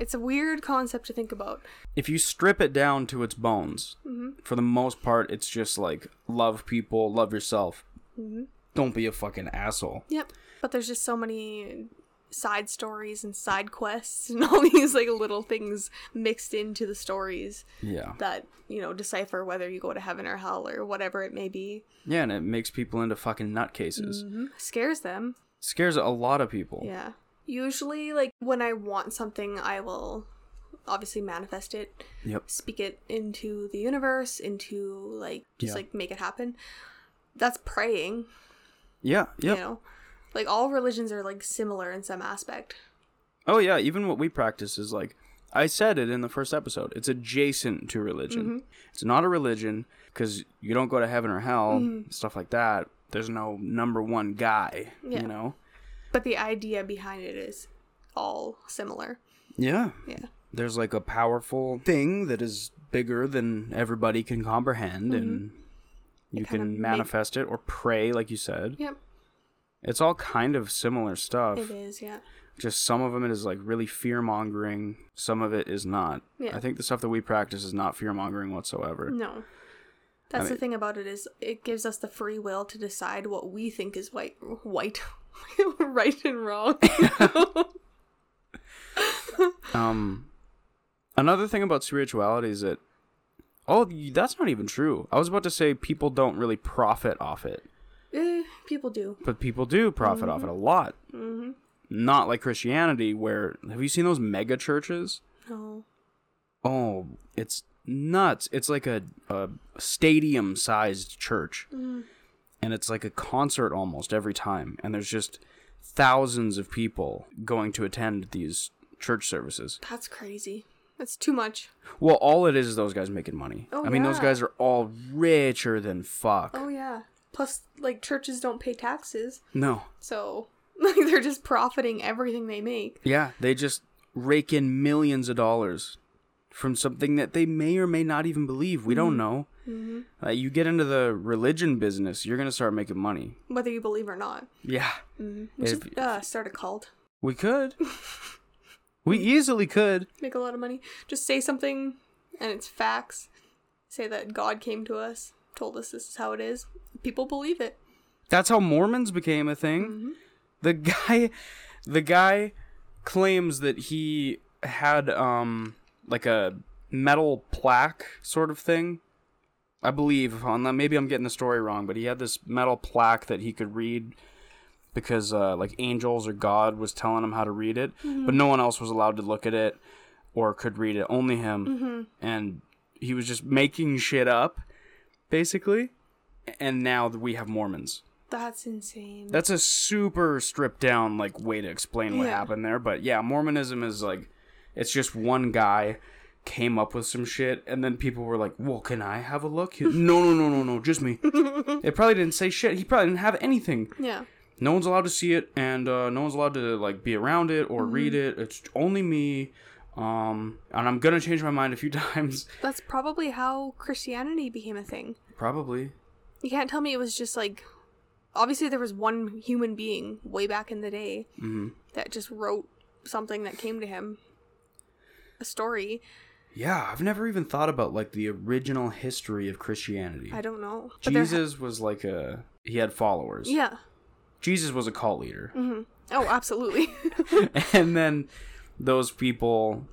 Speaker 2: It's a weird concept to think about.
Speaker 1: If you strip it down to its bones,
Speaker 2: Mm-hmm.
Speaker 1: for the most part, it's just like love people, love yourself.
Speaker 2: Mm-hmm.
Speaker 1: Don't be a fucking asshole.
Speaker 2: Yep. But there's just so many side stories and side quests and all these like little things mixed into the stories
Speaker 1: Yeah.
Speaker 2: that, you know, decipher whether you go to heaven or hell or whatever it may be.
Speaker 1: Yeah, and it makes people into fucking nutcases.
Speaker 2: Scares them.
Speaker 1: Scares a lot of people.
Speaker 2: Mm-hmm. Yeah. Usually like when I want something, I will obviously manifest it,
Speaker 1: Yep.
Speaker 2: speak it into the universe, into like just
Speaker 1: Yeah.
Speaker 2: like make it happen. That's praying,
Speaker 1: Yeah. Yep.
Speaker 2: you know. Like all religions are like similar in some aspect.
Speaker 1: Oh yeah, even what we practice is like I said it in the first episode. It's adjacent to religion.
Speaker 2: Mm-hmm.
Speaker 1: It's not a religion because you don't go to heaven or hell,
Speaker 2: Mm-hmm.
Speaker 1: stuff like that. There's no number one guy,
Speaker 2: Yeah.
Speaker 1: you know.
Speaker 2: But the idea behind it is all similar.
Speaker 1: Yeah.
Speaker 2: Yeah.
Speaker 1: There's like a powerful thing that is bigger than everybody can comprehend and you
Speaker 2: kind of
Speaker 1: can
Speaker 2: Mm-hmm. make-
Speaker 1: manifest it or pray like you said.
Speaker 2: Yep.
Speaker 1: It's all kind of similar stuff.
Speaker 2: It is, yeah.
Speaker 1: just some of them is like really fear mongering some of it is not
Speaker 2: Yeah.
Speaker 1: i think the stuff that we practice is not fear mongering whatsoever
Speaker 2: No. That's the
Speaker 1: mean-
Speaker 2: thing about it is it gives us the free will to decide what we think is white white right and wrong. Mm.
Speaker 1: um another thing about spirituality is that oh y- that's not even true i was about to say people don't really profit off it
Speaker 2: Eh, people do.
Speaker 1: but people do profit off
Speaker 2: Mm-hmm.
Speaker 1: it a lot not like christianity where have you seen those mega churches
Speaker 2: No.
Speaker 1: oh it's nuts it's like a, a stadium sized church
Speaker 2: Mm.
Speaker 1: and it's like a concert almost every time and there's just thousands of people going to attend these church services
Speaker 2: That's crazy. That's too much.
Speaker 1: well all it is is those guys making money
Speaker 2: Oh,
Speaker 1: i mean those
Speaker 2: yeah.
Speaker 1: guys are all richer than fuck
Speaker 2: Oh yeah. Plus like churches don't pay taxes,
Speaker 1: no
Speaker 2: so like they're just profiting everything they make.
Speaker 1: yeah they just rake in millions of dollars from something that they may or may not even believe we don't know Uh, you get into the religion business you're gonna start making money
Speaker 2: Whether you believe or not.
Speaker 1: yeah
Speaker 2: We
Speaker 1: If-
Speaker 2: should uh, start a cult.
Speaker 1: we could we easily could
Speaker 2: make a lot of money. Just say something and it's facts. Say that God came to us, told us this is how it is. People believe it.
Speaker 1: That's how Mormons became a thing. The guy the guy claims that he had um like a metal plaque sort of thing. I believe on that maybe I'm getting the story wrong, but he had this metal plaque that he could read because uh, like angels or God was telling him how to read it, but no one else was allowed to look at it or could read it, only him. And he was just making shit up, basically. And now we have Mormons.
Speaker 2: That's insane.
Speaker 1: That's a super stripped down like way to explain what
Speaker 2: Yeah.
Speaker 1: happened there, but yeah, Mormonism is like it's just one guy came up with some shit and then people were like, "Well, can I have a look?" He- no, no, no, no, no, just me. it probably didn't say shit. He probably didn't have anything.
Speaker 2: yeah.
Speaker 1: No one's allowed to see it and uh, no one's allowed to like be around it or read
Speaker 2: Mm-hmm.
Speaker 1: it. It's only me. Um, and I'm going to change my mind a few times
Speaker 2: That's probably how Christianity became a thing.
Speaker 1: probably.
Speaker 2: You can't tell me it was just like obviously there was one human being way back in the day
Speaker 1: Mm-hmm.
Speaker 2: that just wrote something that came to him. A story.
Speaker 1: Yeah, I've never even thought about like the original history of Christianity.
Speaker 2: I don't know. But there ha-
Speaker 1: Jesus was like a he had followers.
Speaker 2: yeah.
Speaker 1: Jesus was a cult leader.
Speaker 2: Oh, absolutely.
Speaker 1: and then those people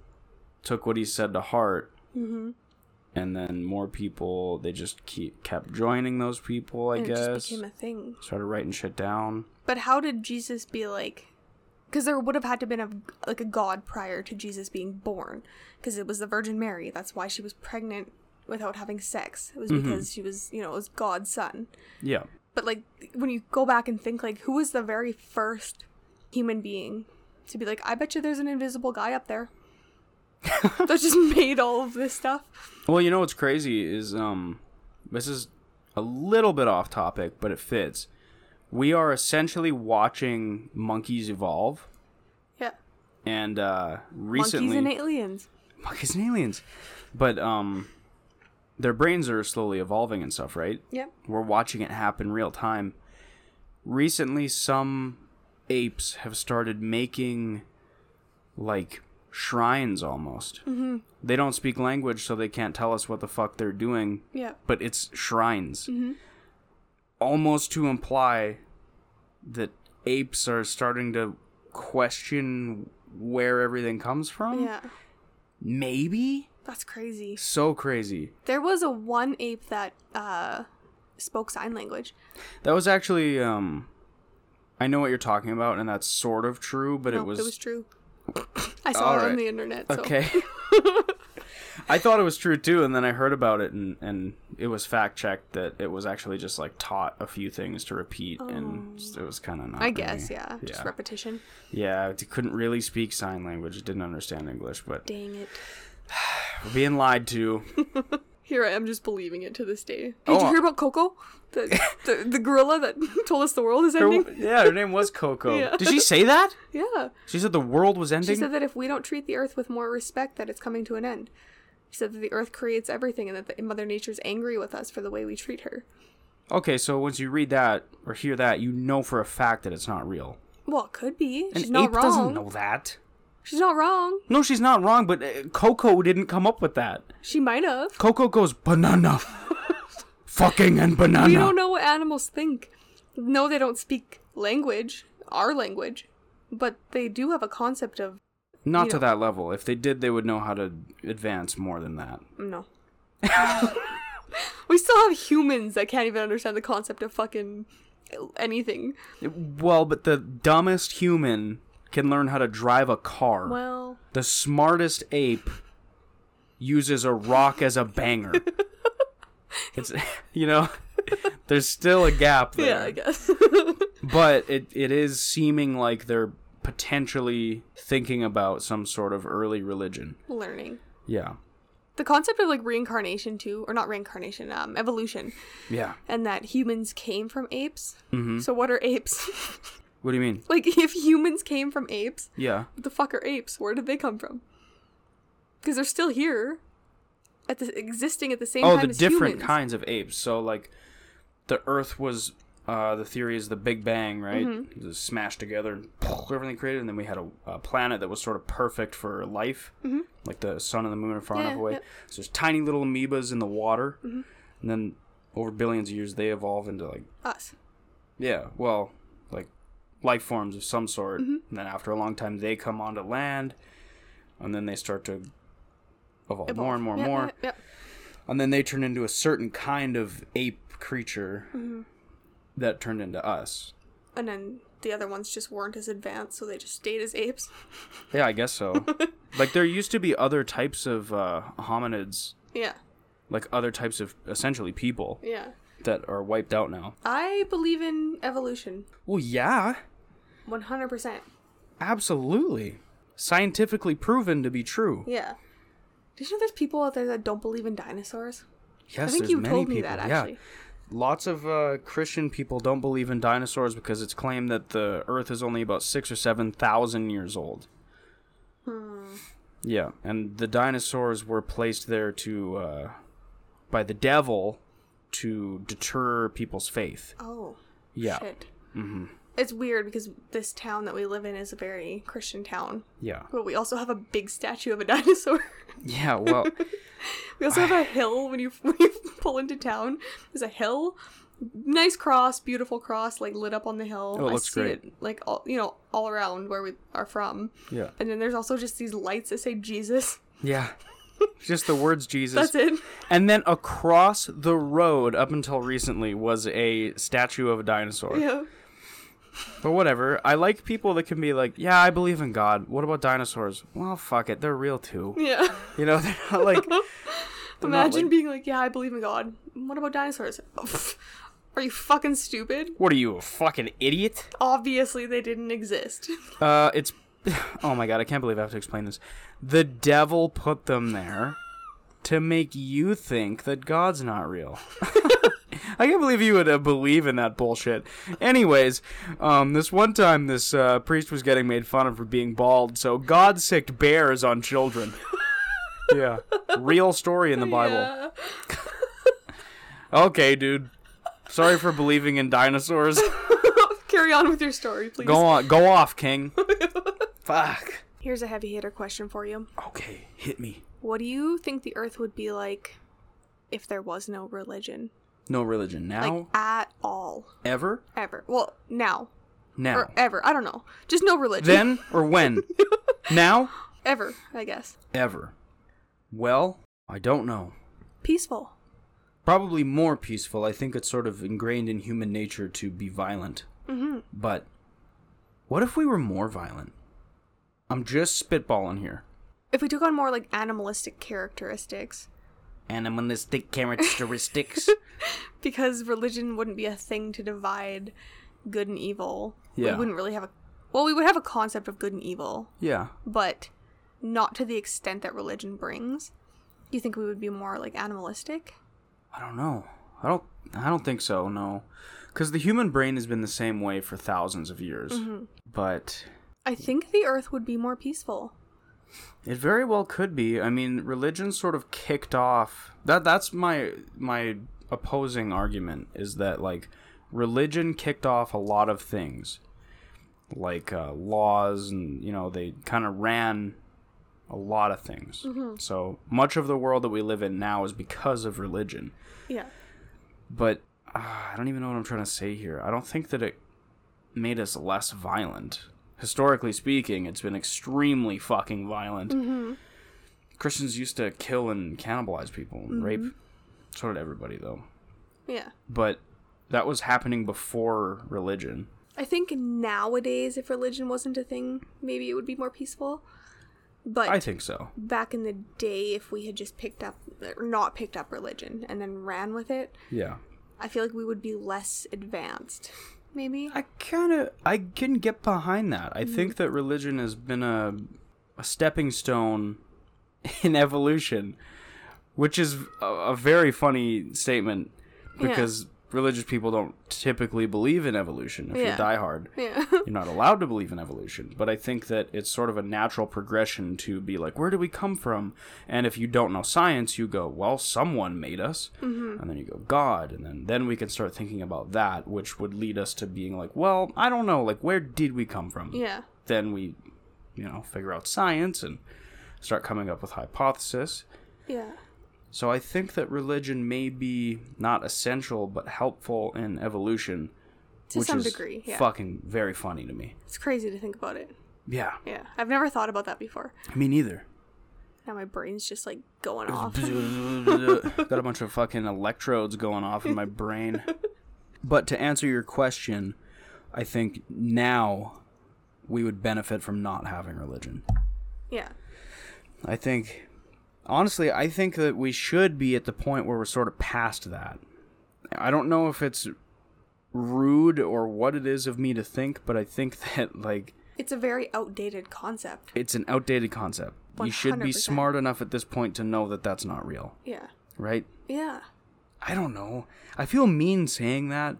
Speaker 1: took what he said to heart.
Speaker 2: Mm-hmm.
Speaker 1: And then more people they just keep kept joining those people, I
Speaker 2: And it
Speaker 1: guess.
Speaker 2: just became a thing.
Speaker 1: Started writing shit down.
Speaker 2: But how did Jesus be like? Because there would have had to been a like a God prior to Jesus being born, because it was the Virgin Mary. That's why she was pregnant without having sex. It was because she was, you know, it was God's son.
Speaker 1: Yeah.
Speaker 2: But like when you go back and think, like who was the very first human being to be like, I bet you there's an invisible guy up there that just made all of this stuff.
Speaker 1: Well, you know what's crazy is um this is a little bit off topic, but it fits. we are essentially watching monkeys evolve.
Speaker 2: Yeah.
Speaker 1: And uh, recently,
Speaker 2: Monkeys and aliens.
Speaker 1: monkeys and aliens, but um, their brains are slowly evolving and stuff, right?
Speaker 2: Yep.
Speaker 1: We're watching it happen real time. Recently, some apes have started making like shrines almost. Mm-hmm. They don't speak language, so they can't tell us what the fuck they're doing,
Speaker 2: Yeah.
Speaker 1: but it's shrines. Almost to imply that apes are starting to question where everything comes from.
Speaker 2: Yeah.
Speaker 1: Maybe?
Speaker 2: That's crazy.
Speaker 1: So crazy.
Speaker 2: There was a one ape that uh, spoke sign language.
Speaker 1: That was actually um I know what you're talking about and that's sort of true, but
Speaker 2: No,
Speaker 1: it was,
Speaker 2: true. I saw it on
Speaker 1: Alright.
Speaker 2: the internet. So.
Speaker 1: okay. I thought it was true too and then I heard about it and and it was fact checked that it was actually just like taught a few things to repeat and just- it was kind of not
Speaker 2: Oh. I
Speaker 1: really-
Speaker 2: guess, yeah.
Speaker 1: Yeah.
Speaker 2: Just repetition.
Speaker 1: Yeah, it couldn't really speak sign language, didn't understand English, but
Speaker 2: Dang it.
Speaker 1: being lied to.
Speaker 2: Here I am just believing it to this day. Did
Speaker 1: Oh.
Speaker 2: you hear about Coco? The, the, the gorilla that told us the world is ending?
Speaker 1: yeah, her name was Coco.
Speaker 2: Yeah.
Speaker 1: Did she say that?
Speaker 2: Yeah.
Speaker 1: She said the world was ending.
Speaker 2: She said that if we don't treat the earth with more respect, that it's coming to an end. She said that the earth creates everything and that the, Mother Nature's angry with us for the way we treat her.
Speaker 1: okay, so once you read that or hear that, you know for a fact that it's not real.
Speaker 2: Well, it could be.
Speaker 1: An
Speaker 2: She's not
Speaker 1: ape doesn't
Speaker 2: wrong.
Speaker 1: know that.
Speaker 2: She's not wrong.
Speaker 1: No, she's not wrong, but uh, Coco didn't come up with that.
Speaker 2: She might have.
Speaker 1: Coco goes banana, fucking and banana.
Speaker 2: We don't know what animals think. No, they don't speak language, our language, but they do have a concept of
Speaker 1: Not
Speaker 2: you
Speaker 1: to
Speaker 2: know.
Speaker 1: that level. If they did, they would know how to advance more than that.
Speaker 2: no. we still have humans that can't even understand the concept of fucking anything.
Speaker 1: Well, but the dumbest human can learn how to drive a car.
Speaker 2: Well,
Speaker 1: The smartest ape uses a rock as a banger. it's you know, there's still a gap there.
Speaker 2: yeah, I guess.
Speaker 1: but it, it is seeming like they're potentially thinking about some sort of early religion.
Speaker 2: Learning.
Speaker 1: Yeah.
Speaker 2: The concept of like reincarnation too, or not reincarnation, um, evolution,
Speaker 1: Yeah.
Speaker 2: and that humans came from apes. So what are apes?
Speaker 1: What do you mean?
Speaker 2: like if humans came from apes,
Speaker 1: Yeah.
Speaker 2: What the fuck are apes? Where did they come from? Because they're still here, at the existing at the same
Speaker 1: Oh,
Speaker 2: time
Speaker 1: the
Speaker 2: as
Speaker 1: different
Speaker 2: humans.
Speaker 1: kinds of apes. So like the earth was uh, the theory is the Big Bang, right?
Speaker 2: Mm-hmm.
Speaker 1: It was smashed together and everything created, and then we had a, a planet that was sort of perfect for life, like the sun and the moon are far
Speaker 2: Mm-hmm. Yeah, Mm-hmm.
Speaker 1: enough away.
Speaker 2: yeah.
Speaker 1: So there's tiny little amoebas in the water, and then over billions of years they evolve into like
Speaker 2: Us.
Speaker 1: Yeah, well, like life forms of some sort.
Speaker 2: Mm-hmm.
Speaker 1: And then after a long time, they come onto land, and then they start to evolve, more and more and
Speaker 2: Yeah,
Speaker 1: more.
Speaker 2: yeah, yeah.
Speaker 1: And then they turn into a certain kind of ape creature
Speaker 2: Mm-hmm.
Speaker 1: that turned into us.
Speaker 2: And then the other ones just weren't as advanced, so they just stayed as apes.
Speaker 1: Yeah, I guess so. like there used to be other types of uh, hominids,
Speaker 2: Yeah,
Speaker 1: like other types of essentially people
Speaker 2: yeah.
Speaker 1: that are wiped out now.
Speaker 2: I believe in evolution,
Speaker 1: Well, yeah,
Speaker 2: one hundred percent.
Speaker 1: absolutely. Scientifically proven to be true.
Speaker 2: Yeah. Did you know there's people out there that don't believe in dinosaurs?
Speaker 1: Yes,
Speaker 2: I think
Speaker 1: there's
Speaker 2: you
Speaker 1: many
Speaker 2: told
Speaker 1: people.
Speaker 2: me that
Speaker 1: yeah.
Speaker 2: actually.
Speaker 1: Lots of uh, Christian people don't believe in dinosaurs because it's claimed that the Earth is only about six or seven thousand years old.
Speaker 2: Hmm.
Speaker 1: Yeah, and the dinosaurs were placed there to uh, by the devil to deter people's faith.
Speaker 2: Oh.
Speaker 1: Yeah, Mm-hmm.
Speaker 2: Shit. It's weird because this town that we live in is a very Christian town,
Speaker 1: yeah,
Speaker 2: but we also have a big statue of a dinosaur.
Speaker 1: yeah. Well,
Speaker 2: We also have a hill when you when you pull into town. There's a hill, nice cross, beautiful cross, like lit up on the hill.
Speaker 1: Oh, it
Speaker 2: I
Speaker 1: looks
Speaker 2: see
Speaker 1: great.
Speaker 2: It, like all you know, all around where we are from.
Speaker 1: yeah,
Speaker 2: And then there's also just these lights that say Jesus.
Speaker 1: yeah. Just the words Jesus.
Speaker 2: That's it.
Speaker 1: And then across the road, up until recently, was a statue of a dinosaur.
Speaker 2: Yeah.
Speaker 1: But whatever. I like people that can be like, yeah, I believe in God. What about dinosaurs? Well, fuck it. They're real too.
Speaker 2: Yeah.
Speaker 1: You know, they're not like. they're not
Speaker 2: Imagine
Speaker 1: like-
Speaker 2: being like, yeah, I believe in God. What about dinosaurs? Oh, pff. Are you fucking stupid?
Speaker 1: what are you, a fucking idiot?
Speaker 2: Obviously, they didn't exist.
Speaker 1: Uh, it's. Oh my god, I can't believe I have to explain this. The devil put them there to make you think that God's not real. I can't believe you would uh, believe in that bullshit. Anyways, um, this one time, this uh, priest was getting made fun of for being bald, so God sicked bears on children. yeah, real story in the Bible.
Speaker 2: Yeah.
Speaker 1: Okay, dude. Sorry for believing in dinosaurs.
Speaker 2: Carry on with your story, please.
Speaker 1: go on, go off, King. Fuck.
Speaker 2: Here's a heavy hitter question for you.
Speaker 1: Okay, hit me.
Speaker 2: What do you think the earth would be like if there was no religion?
Speaker 1: No religion
Speaker 2: Like
Speaker 1: now,
Speaker 2: at all.
Speaker 1: ever,
Speaker 2: Ever. Well, now.
Speaker 1: now,
Speaker 2: Or e- ever. I don't know. Just no religion.
Speaker 1: then, or when? now,
Speaker 2: Ever, I guess.
Speaker 1: ever. Well, I don't know.
Speaker 2: Peaceful.
Speaker 1: Probably more peaceful. I think it's sort of ingrained in human nature to be violent.
Speaker 2: Mm-hmm.
Speaker 1: But what if we were more violent? I'm just spitballing here.
Speaker 2: If we took on more like animalistic characteristics,
Speaker 1: Animalistic characteristics.
Speaker 2: because religion wouldn't be a thing to divide good and evil.
Speaker 1: Yeah.
Speaker 2: We wouldn't really have a well, we would have a concept of good and evil,
Speaker 1: yeah.
Speaker 2: but not to the extent that religion brings. Do you think we would be more like animalistic?
Speaker 1: I don't know. I don't. I don't think so. No, because the human brain has been the same way for thousands of years.
Speaker 2: Mm-hmm.
Speaker 1: But
Speaker 2: I think the earth would be more peaceful.
Speaker 1: it very well could be. I mean, religion sort of kicked off. That that's my my opposing argument is that like religion kicked off a lot of things, like uh, laws, and you know they kind of ran a lot of things. So much of the world that we live in now is because of religion.
Speaker 2: Yeah.
Speaker 1: but uh, I don't even know what I'm trying to say here. I don't think that it made us less violent. Historically speaking, it's been extremely fucking violent. Christians used to kill and cannibalize people and rape. So did everybody, though.
Speaker 2: Yeah.
Speaker 1: But that was happening before religion.
Speaker 2: I think nowadays if religion wasn't a thing, maybe it would be more peaceful. But
Speaker 1: I think so.
Speaker 2: back in the day if we had just picked up or not picked up religion and then ran with it,
Speaker 1: Yeah.
Speaker 2: I feel like we would be less advanced. Maybe.
Speaker 1: I kind of I can get behind that. I
Speaker 2: Mm.
Speaker 1: think that religion has been a a stepping stone in evolution, which is a, a very funny statement
Speaker 2: Yeah.
Speaker 1: because religious people don't typically believe in evolution. If
Speaker 2: Yeah.
Speaker 1: you're diehard,
Speaker 2: Yeah.
Speaker 1: you're not allowed to believe in evolution. But I think that it's sort of a natural progression to be like, where do we come from? And if you don't know science, you go, well, someone made us,
Speaker 2: Mm-hmm.
Speaker 1: and then you go, God, and then then we can start thinking about that, which would lead us to being like, well, I don't know, like where did we come from?
Speaker 2: yeah.
Speaker 1: Then we, you know, figure out science and start coming up with hypothesis.
Speaker 2: Yeah.
Speaker 1: So I think that religion may be not essential but helpful in evolution.
Speaker 2: To
Speaker 1: which
Speaker 2: some
Speaker 1: is
Speaker 2: degree. Yeah.
Speaker 1: fucking very funny to me.
Speaker 2: It's crazy to think about it.
Speaker 1: Yeah,
Speaker 2: Yeah. I've never thought about that before.
Speaker 1: me neither.
Speaker 2: Now my brain's just like going off.
Speaker 1: Got a bunch of fucking electrodes going off in my brain. But to answer your question, I think now we would benefit from not having religion.
Speaker 2: yeah.
Speaker 1: I think, honestly, I think that we should be at the point where we're sort of past that. I don't know if it's rude or what it is of me to think, but I think that, like,
Speaker 2: It's a very outdated concept.
Speaker 1: it's an outdated concept. You should be
Speaker 2: 100%.
Speaker 1: smart enough at this point to know that that's not real,
Speaker 2: Yeah.
Speaker 1: right?
Speaker 2: Yeah.
Speaker 1: I don't know. I feel mean saying that.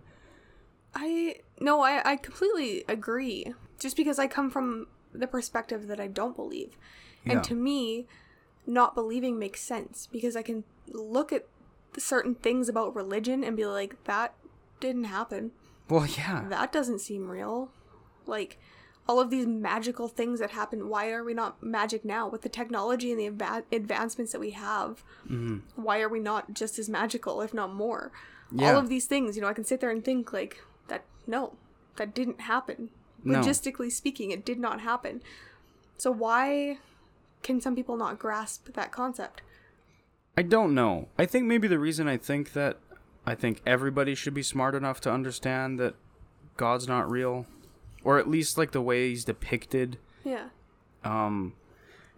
Speaker 2: I no, I, I completely agree. Just because I come from the perspective that I don't believe.
Speaker 1: Yeah.
Speaker 2: And to me, not believing makes sense because I can look at certain things about religion and be like, that didn't happen.
Speaker 1: Well, yeah.
Speaker 2: That doesn't seem real. Like all of these magical things that happen, why are we not magic now? With the technology and the adva- advancements that we have, why are we not just as magical, if not more?
Speaker 1: Mm-hmm. Yeah.
Speaker 2: All of these things, you know, I can sit there and think, like, that, no, that didn't happen.
Speaker 1: No.
Speaker 2: Logistically speaking, it did not happen. So why can some people not grasp that concept?
Speaker 1: I don't know. I think maybe the reason I think that I think everybody should be smart enough to understand that God's not real, or at least like the way he's depicted,
Speaker 2: Yeah.
Speaker 1: um,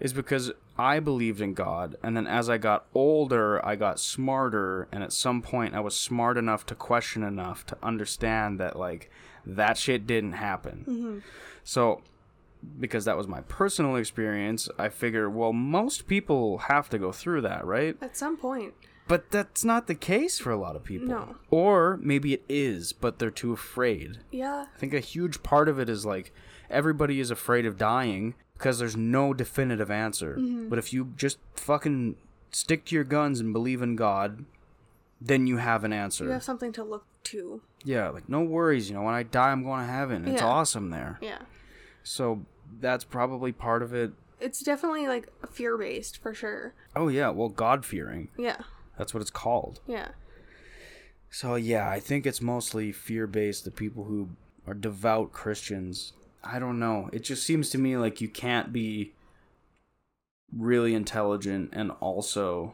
Speaker 1: is because I believed in God, and then as I got older, I got smarter, and at some point, I was smart enough to question enough to understand that like that shit didn't happen. So because that was my personal experience, I figure, well, most people have to go through that, right?
Speaker 2: At some point.
Speaker 1: But that's not the case for a lot of people.
Speaker 2: No.
Speaker 1: Or maybe it is, but they're too afraid.
Speaker 2: Yeah.
Speaker 1: I think a huge part of it is like everybody is afraid of dying because there's no definitive answer. But if you just fucking stick to your guns and believe in God, then you have an answer.
Speaker 2: You have something to look to.
Speaker 1: Yeah, like no worries, you know, when I die I'm going to heaven. It's
Speaker 2: Yeah.
Speaker 1: awesome there.
Speaker 2: Yeah.
Speaker 1: So that's probably part of it.
Speaker 2: It's definitely like fear based for sure.
Speaker 1: Oh yeah, well God fearing.
Speaker 2: Yeah.
Speaker 1: That's what it's called.
Speaker 2: Yeah.
Speaker 1: So yeah, I think it's mostly fear based. The people who are devout Christians. I don't know. It just seems to me like you can't be really intelligent and also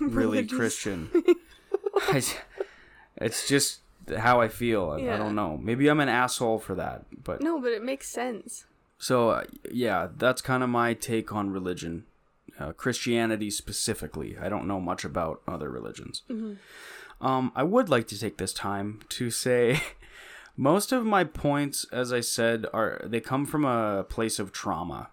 Speaker 1: really
Speaker 2: Religious.
Speaker 1: Christian. I j- it's just how I feel. I, I
Speaker 2: Yeah.
Speaker 1: don't know. Maybe I'm an asshole for that, but
Speaker 2: No, but it makes sense.
Speaker 1: so uh, yeah, that's kind of my take on religion, uh, Christianity specifically. I don't know much about other religions. Um, I would like to take this time to say, most of my points, as I said, are they come from a place of trauma.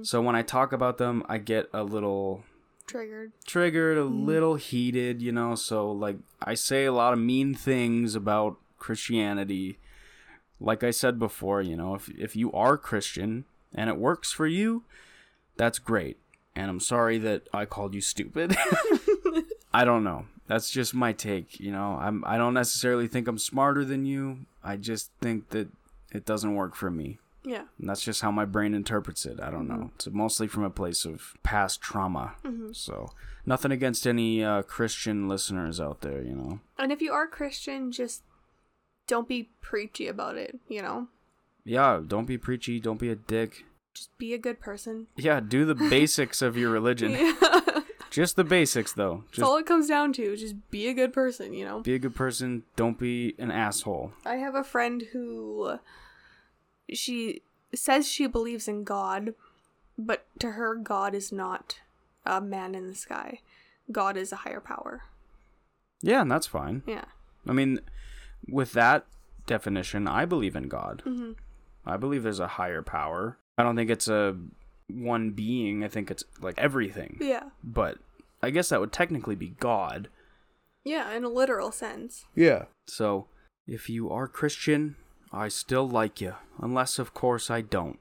Speaker 1: So when I talk about them, I get a little
Speaker 2: Triggered.
Speaker 1: triggered, a little heated, you know. So, like, I say a lot of mean things about Christianity. Like I said before, you know, if, if you are Christian and it works for you, that's great. And I'm sorry that I called you stupid. I don't know. That's just my take, you know. I'm I don't necessarily think I'm smarter than you. I just think that it doesn't work for me.
Speaker 2: Yeah.
Speaker 1: And that's just how my brain interprets it. I don't know. It's mostly from a place of past trauma. So, nothing against any uh, Christian listeners out there, you know.
Speaker 2: And if you are Christian, just don't be preachy about it, you know?
Speaker 1: Yeah, don't be preachy. Don't be a dick.
Speaker 2: Just be a good person.
Speaker 1: Yeah, do the basics of your religion.
Speaker 2: That's
Speaker 1: Just the basics, though. Just
Speaker 2: all it comes down to. Just be a good person, you know?
Speaker 1: be a good person. Don't be an asshole.
Speaker 2: I have a friend who she says she believes in God, but to her, God is not a man in the sky. God is a higher power.
Speaker 1: Yeah, and that's fine.
Speaker 2: Yeah.
Speaker 1: I mean, with that definition, I believe in God.
Speaker 2: hmm
Speaker 1: I believe there's a higher power. I don't think it's a one being. I think it's like everything.
Speaker 2: Yeah.
Speaker 1: but I guess that would technically be God.
Speaker 2: Yeah, in a literal sense.
Speaker 1: Yeah. So, if you are Christian, I still like you, unless of course I don't.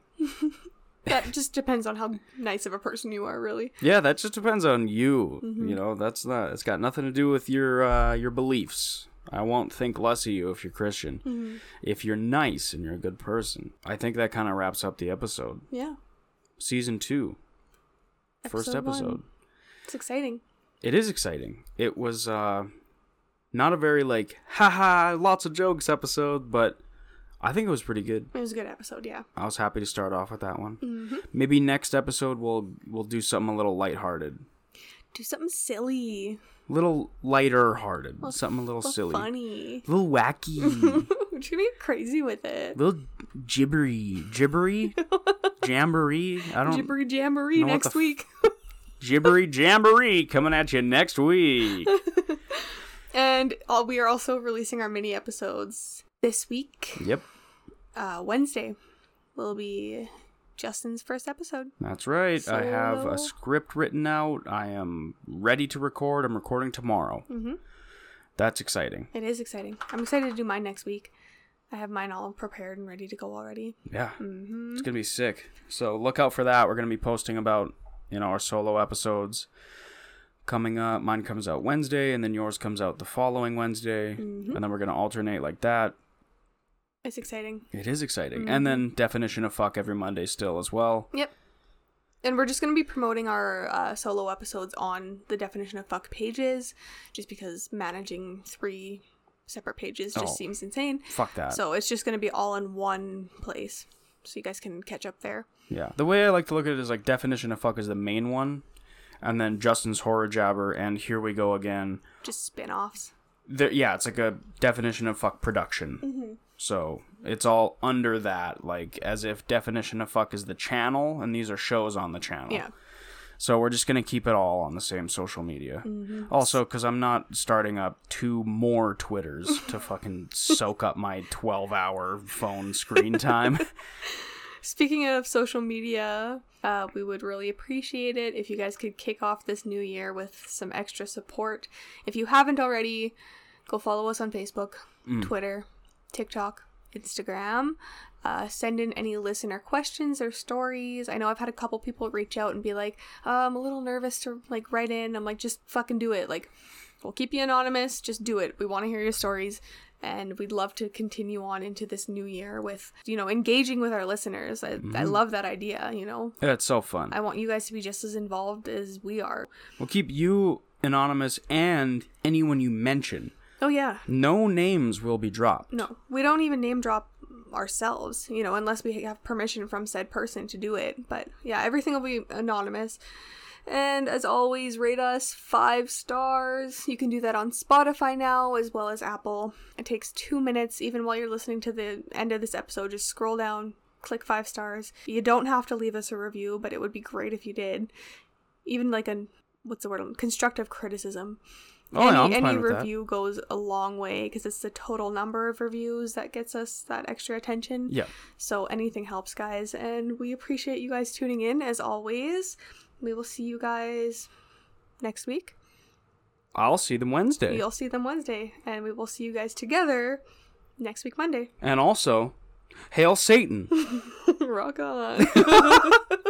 Speaker 2: That just depends on how nice of a person you are, really.
Speaker 1: Yeah, that just depends on you.
Speaker 2: Mhm.
Speaker 1: You know, that's not it's got nothing to do with your uh your beliefs. I won't think less of you if you're Christian.
Speaker 2: Mhm.
Speaker 1: If you're nice and you're a good person. I think that kind of wraps up the episode.
Speaker 2: Yeah.
Speaker 1: Season 2, first
Speaker 2: Episode one.
Speaker 1: episode.
Speaker 2: It's exciting.
Speaker 1: It is exciting. It was uh not a very like haha lots of jokes episode, but I think it was pretty good.
Speaker 2: It was a good episode, yeah.
Speaker 1: I was happy to start off with that one.
Speaker 2: hmm
Speaker 1: Maybe next episode we'll we'll do something a little lighthearted.
Speaker 2: Do something silly.
Speaker 1: Little lighter hearted.
Speaker 2: Well,
Speaker 1: something a little
Speaker 2: Well,
Speaker 1: silly.
Speaker 2: funny.
Speaker 1: Little wacky.
Speaker 2: We're gonna get crazy with it.
Speaker 1: little gibbery. Gibbery? jamboree? I don't
Speaker 2: Jibbery jamboree
Speaker 1: know what
Speaker 2: next
Speaker 1: the f-
Speaker 2: week.
Speaker 1: Gibbery jamboree coming at you next week.
Speaker 2: and all, we are also releasing our mini episodes this week.
Speaker 1: yep.
Speaker 2: Uh, Wednesday will be Justin's first episode.
Speaker 1: That's right. I have
Speaker 2: Solo.
Speaker 1: a script written out. I am ready to record. I'm recording tomorrow.
Speaker 2: Mhm.
Speaker 1: That's exciting.
Speaker 2: It is exciting. I'm excited to do mine next week. I have mine all prepared and ready to go already.
Speaker 1: Yeah.
Speaker 2: hmm
Speaker 1: It's going to be sick. So look out for that. We're going to be posting about, you know, our solo episodes coming up. Mine comes out Wednesday and then yours comes out the following Wednesday. And then we're going to alternate like that.
Speaker 2: It's exciting.
Speaker 1: It is exciting. And then definition of fuck every Monday still as well.
Speaker 2: Yep. And we're just going to be promoting our uh, solo episodes on the definition of fuck pages, just because managing three separate pages just
Speaker 1: Oh.
Speaker 2: seems insane.
Speaker 1: Fuck that.
Speaker 2: So it's just going to be all in one place. So you guys can catch up there.
Speaker 1: yeah. The way I like to look at it is like definition of fuck is the main one. And then Justin's horror jabber and here we go again.
Speaker 2: Just spin offs.
Speaker 1: there yeah it's like a definition of fuck production
Speaker 2: Mm-hmm.
Speaker 1: so it's all under that like as if definition of fuck is the channel and these are shows on the channel
Speaker 2: Yeah.
Speaker 1: so we're just gonna keep it all on the same social media
Speaker 2: Mm-hmm.
Speaker 1: also because i'm not starting up two more twitters to fucking soak up my 12 hour phone screen time
Speaker 2: Speaking of social media, uh, we would really appreciate it if you guys could kick off this new year with some extra support. If you haven't already, go follow us on Facebook,
Speaker 1: Mm.
Speaker 2: Twitter, TikTok, Instagram. Uh, send in any listener questions or stories. I know I've had a couple people reach out and be like, uh, "I'm a little nervous to like write in." I'm like, "Just fucking do it." Like, we'll keep you anonymous. Just do it. We want to hear your stories, and we'd love to continue on into this new year with you know engaging with our listeners. I, I love that idea. You know,
Speaker 1: Yeah, it's so fun.
Speaker 2: I want you guys to be just as involved as we are.
Speaker 1: We'll keep you anonymous and anyone you mention.
Speaker 2: Oh yeah,
Speaker 1: No names will be dropped.
Speaker 2: No, we don't even name drop ourselves, you know, unless we have permission from said person to do it. But yeah, everything will be anonymous. And as always, rate us five stars. You can do that on Spotify now as well as Apple. It takes two minutes, even while you're listening to the end of this episode. Just scroll down, click five stars. You don't have to leave us a review, but it would be great if you did. Even like a what's the word? Constructive criticism
Speaker 1: Oh, yeah, I'm
Speaker 2: any, any
Speaker 1: fine with that.
Speaker 2: review goes a long way because it's the total number of reviews that gets us that extra attention.
Speaker 1: Yeah.
Speaker 2: So anything helps, guys. And we appreciate you guys tuning in as always. We will see you guys next week.
Speaker 1: I'll see them Wednesday.
Speaker 2: You'll see them Wednesday. And we will see you guys together next week, Monday.
Speaker 1: And also, hail Satan.
Speaker 2: Rock on.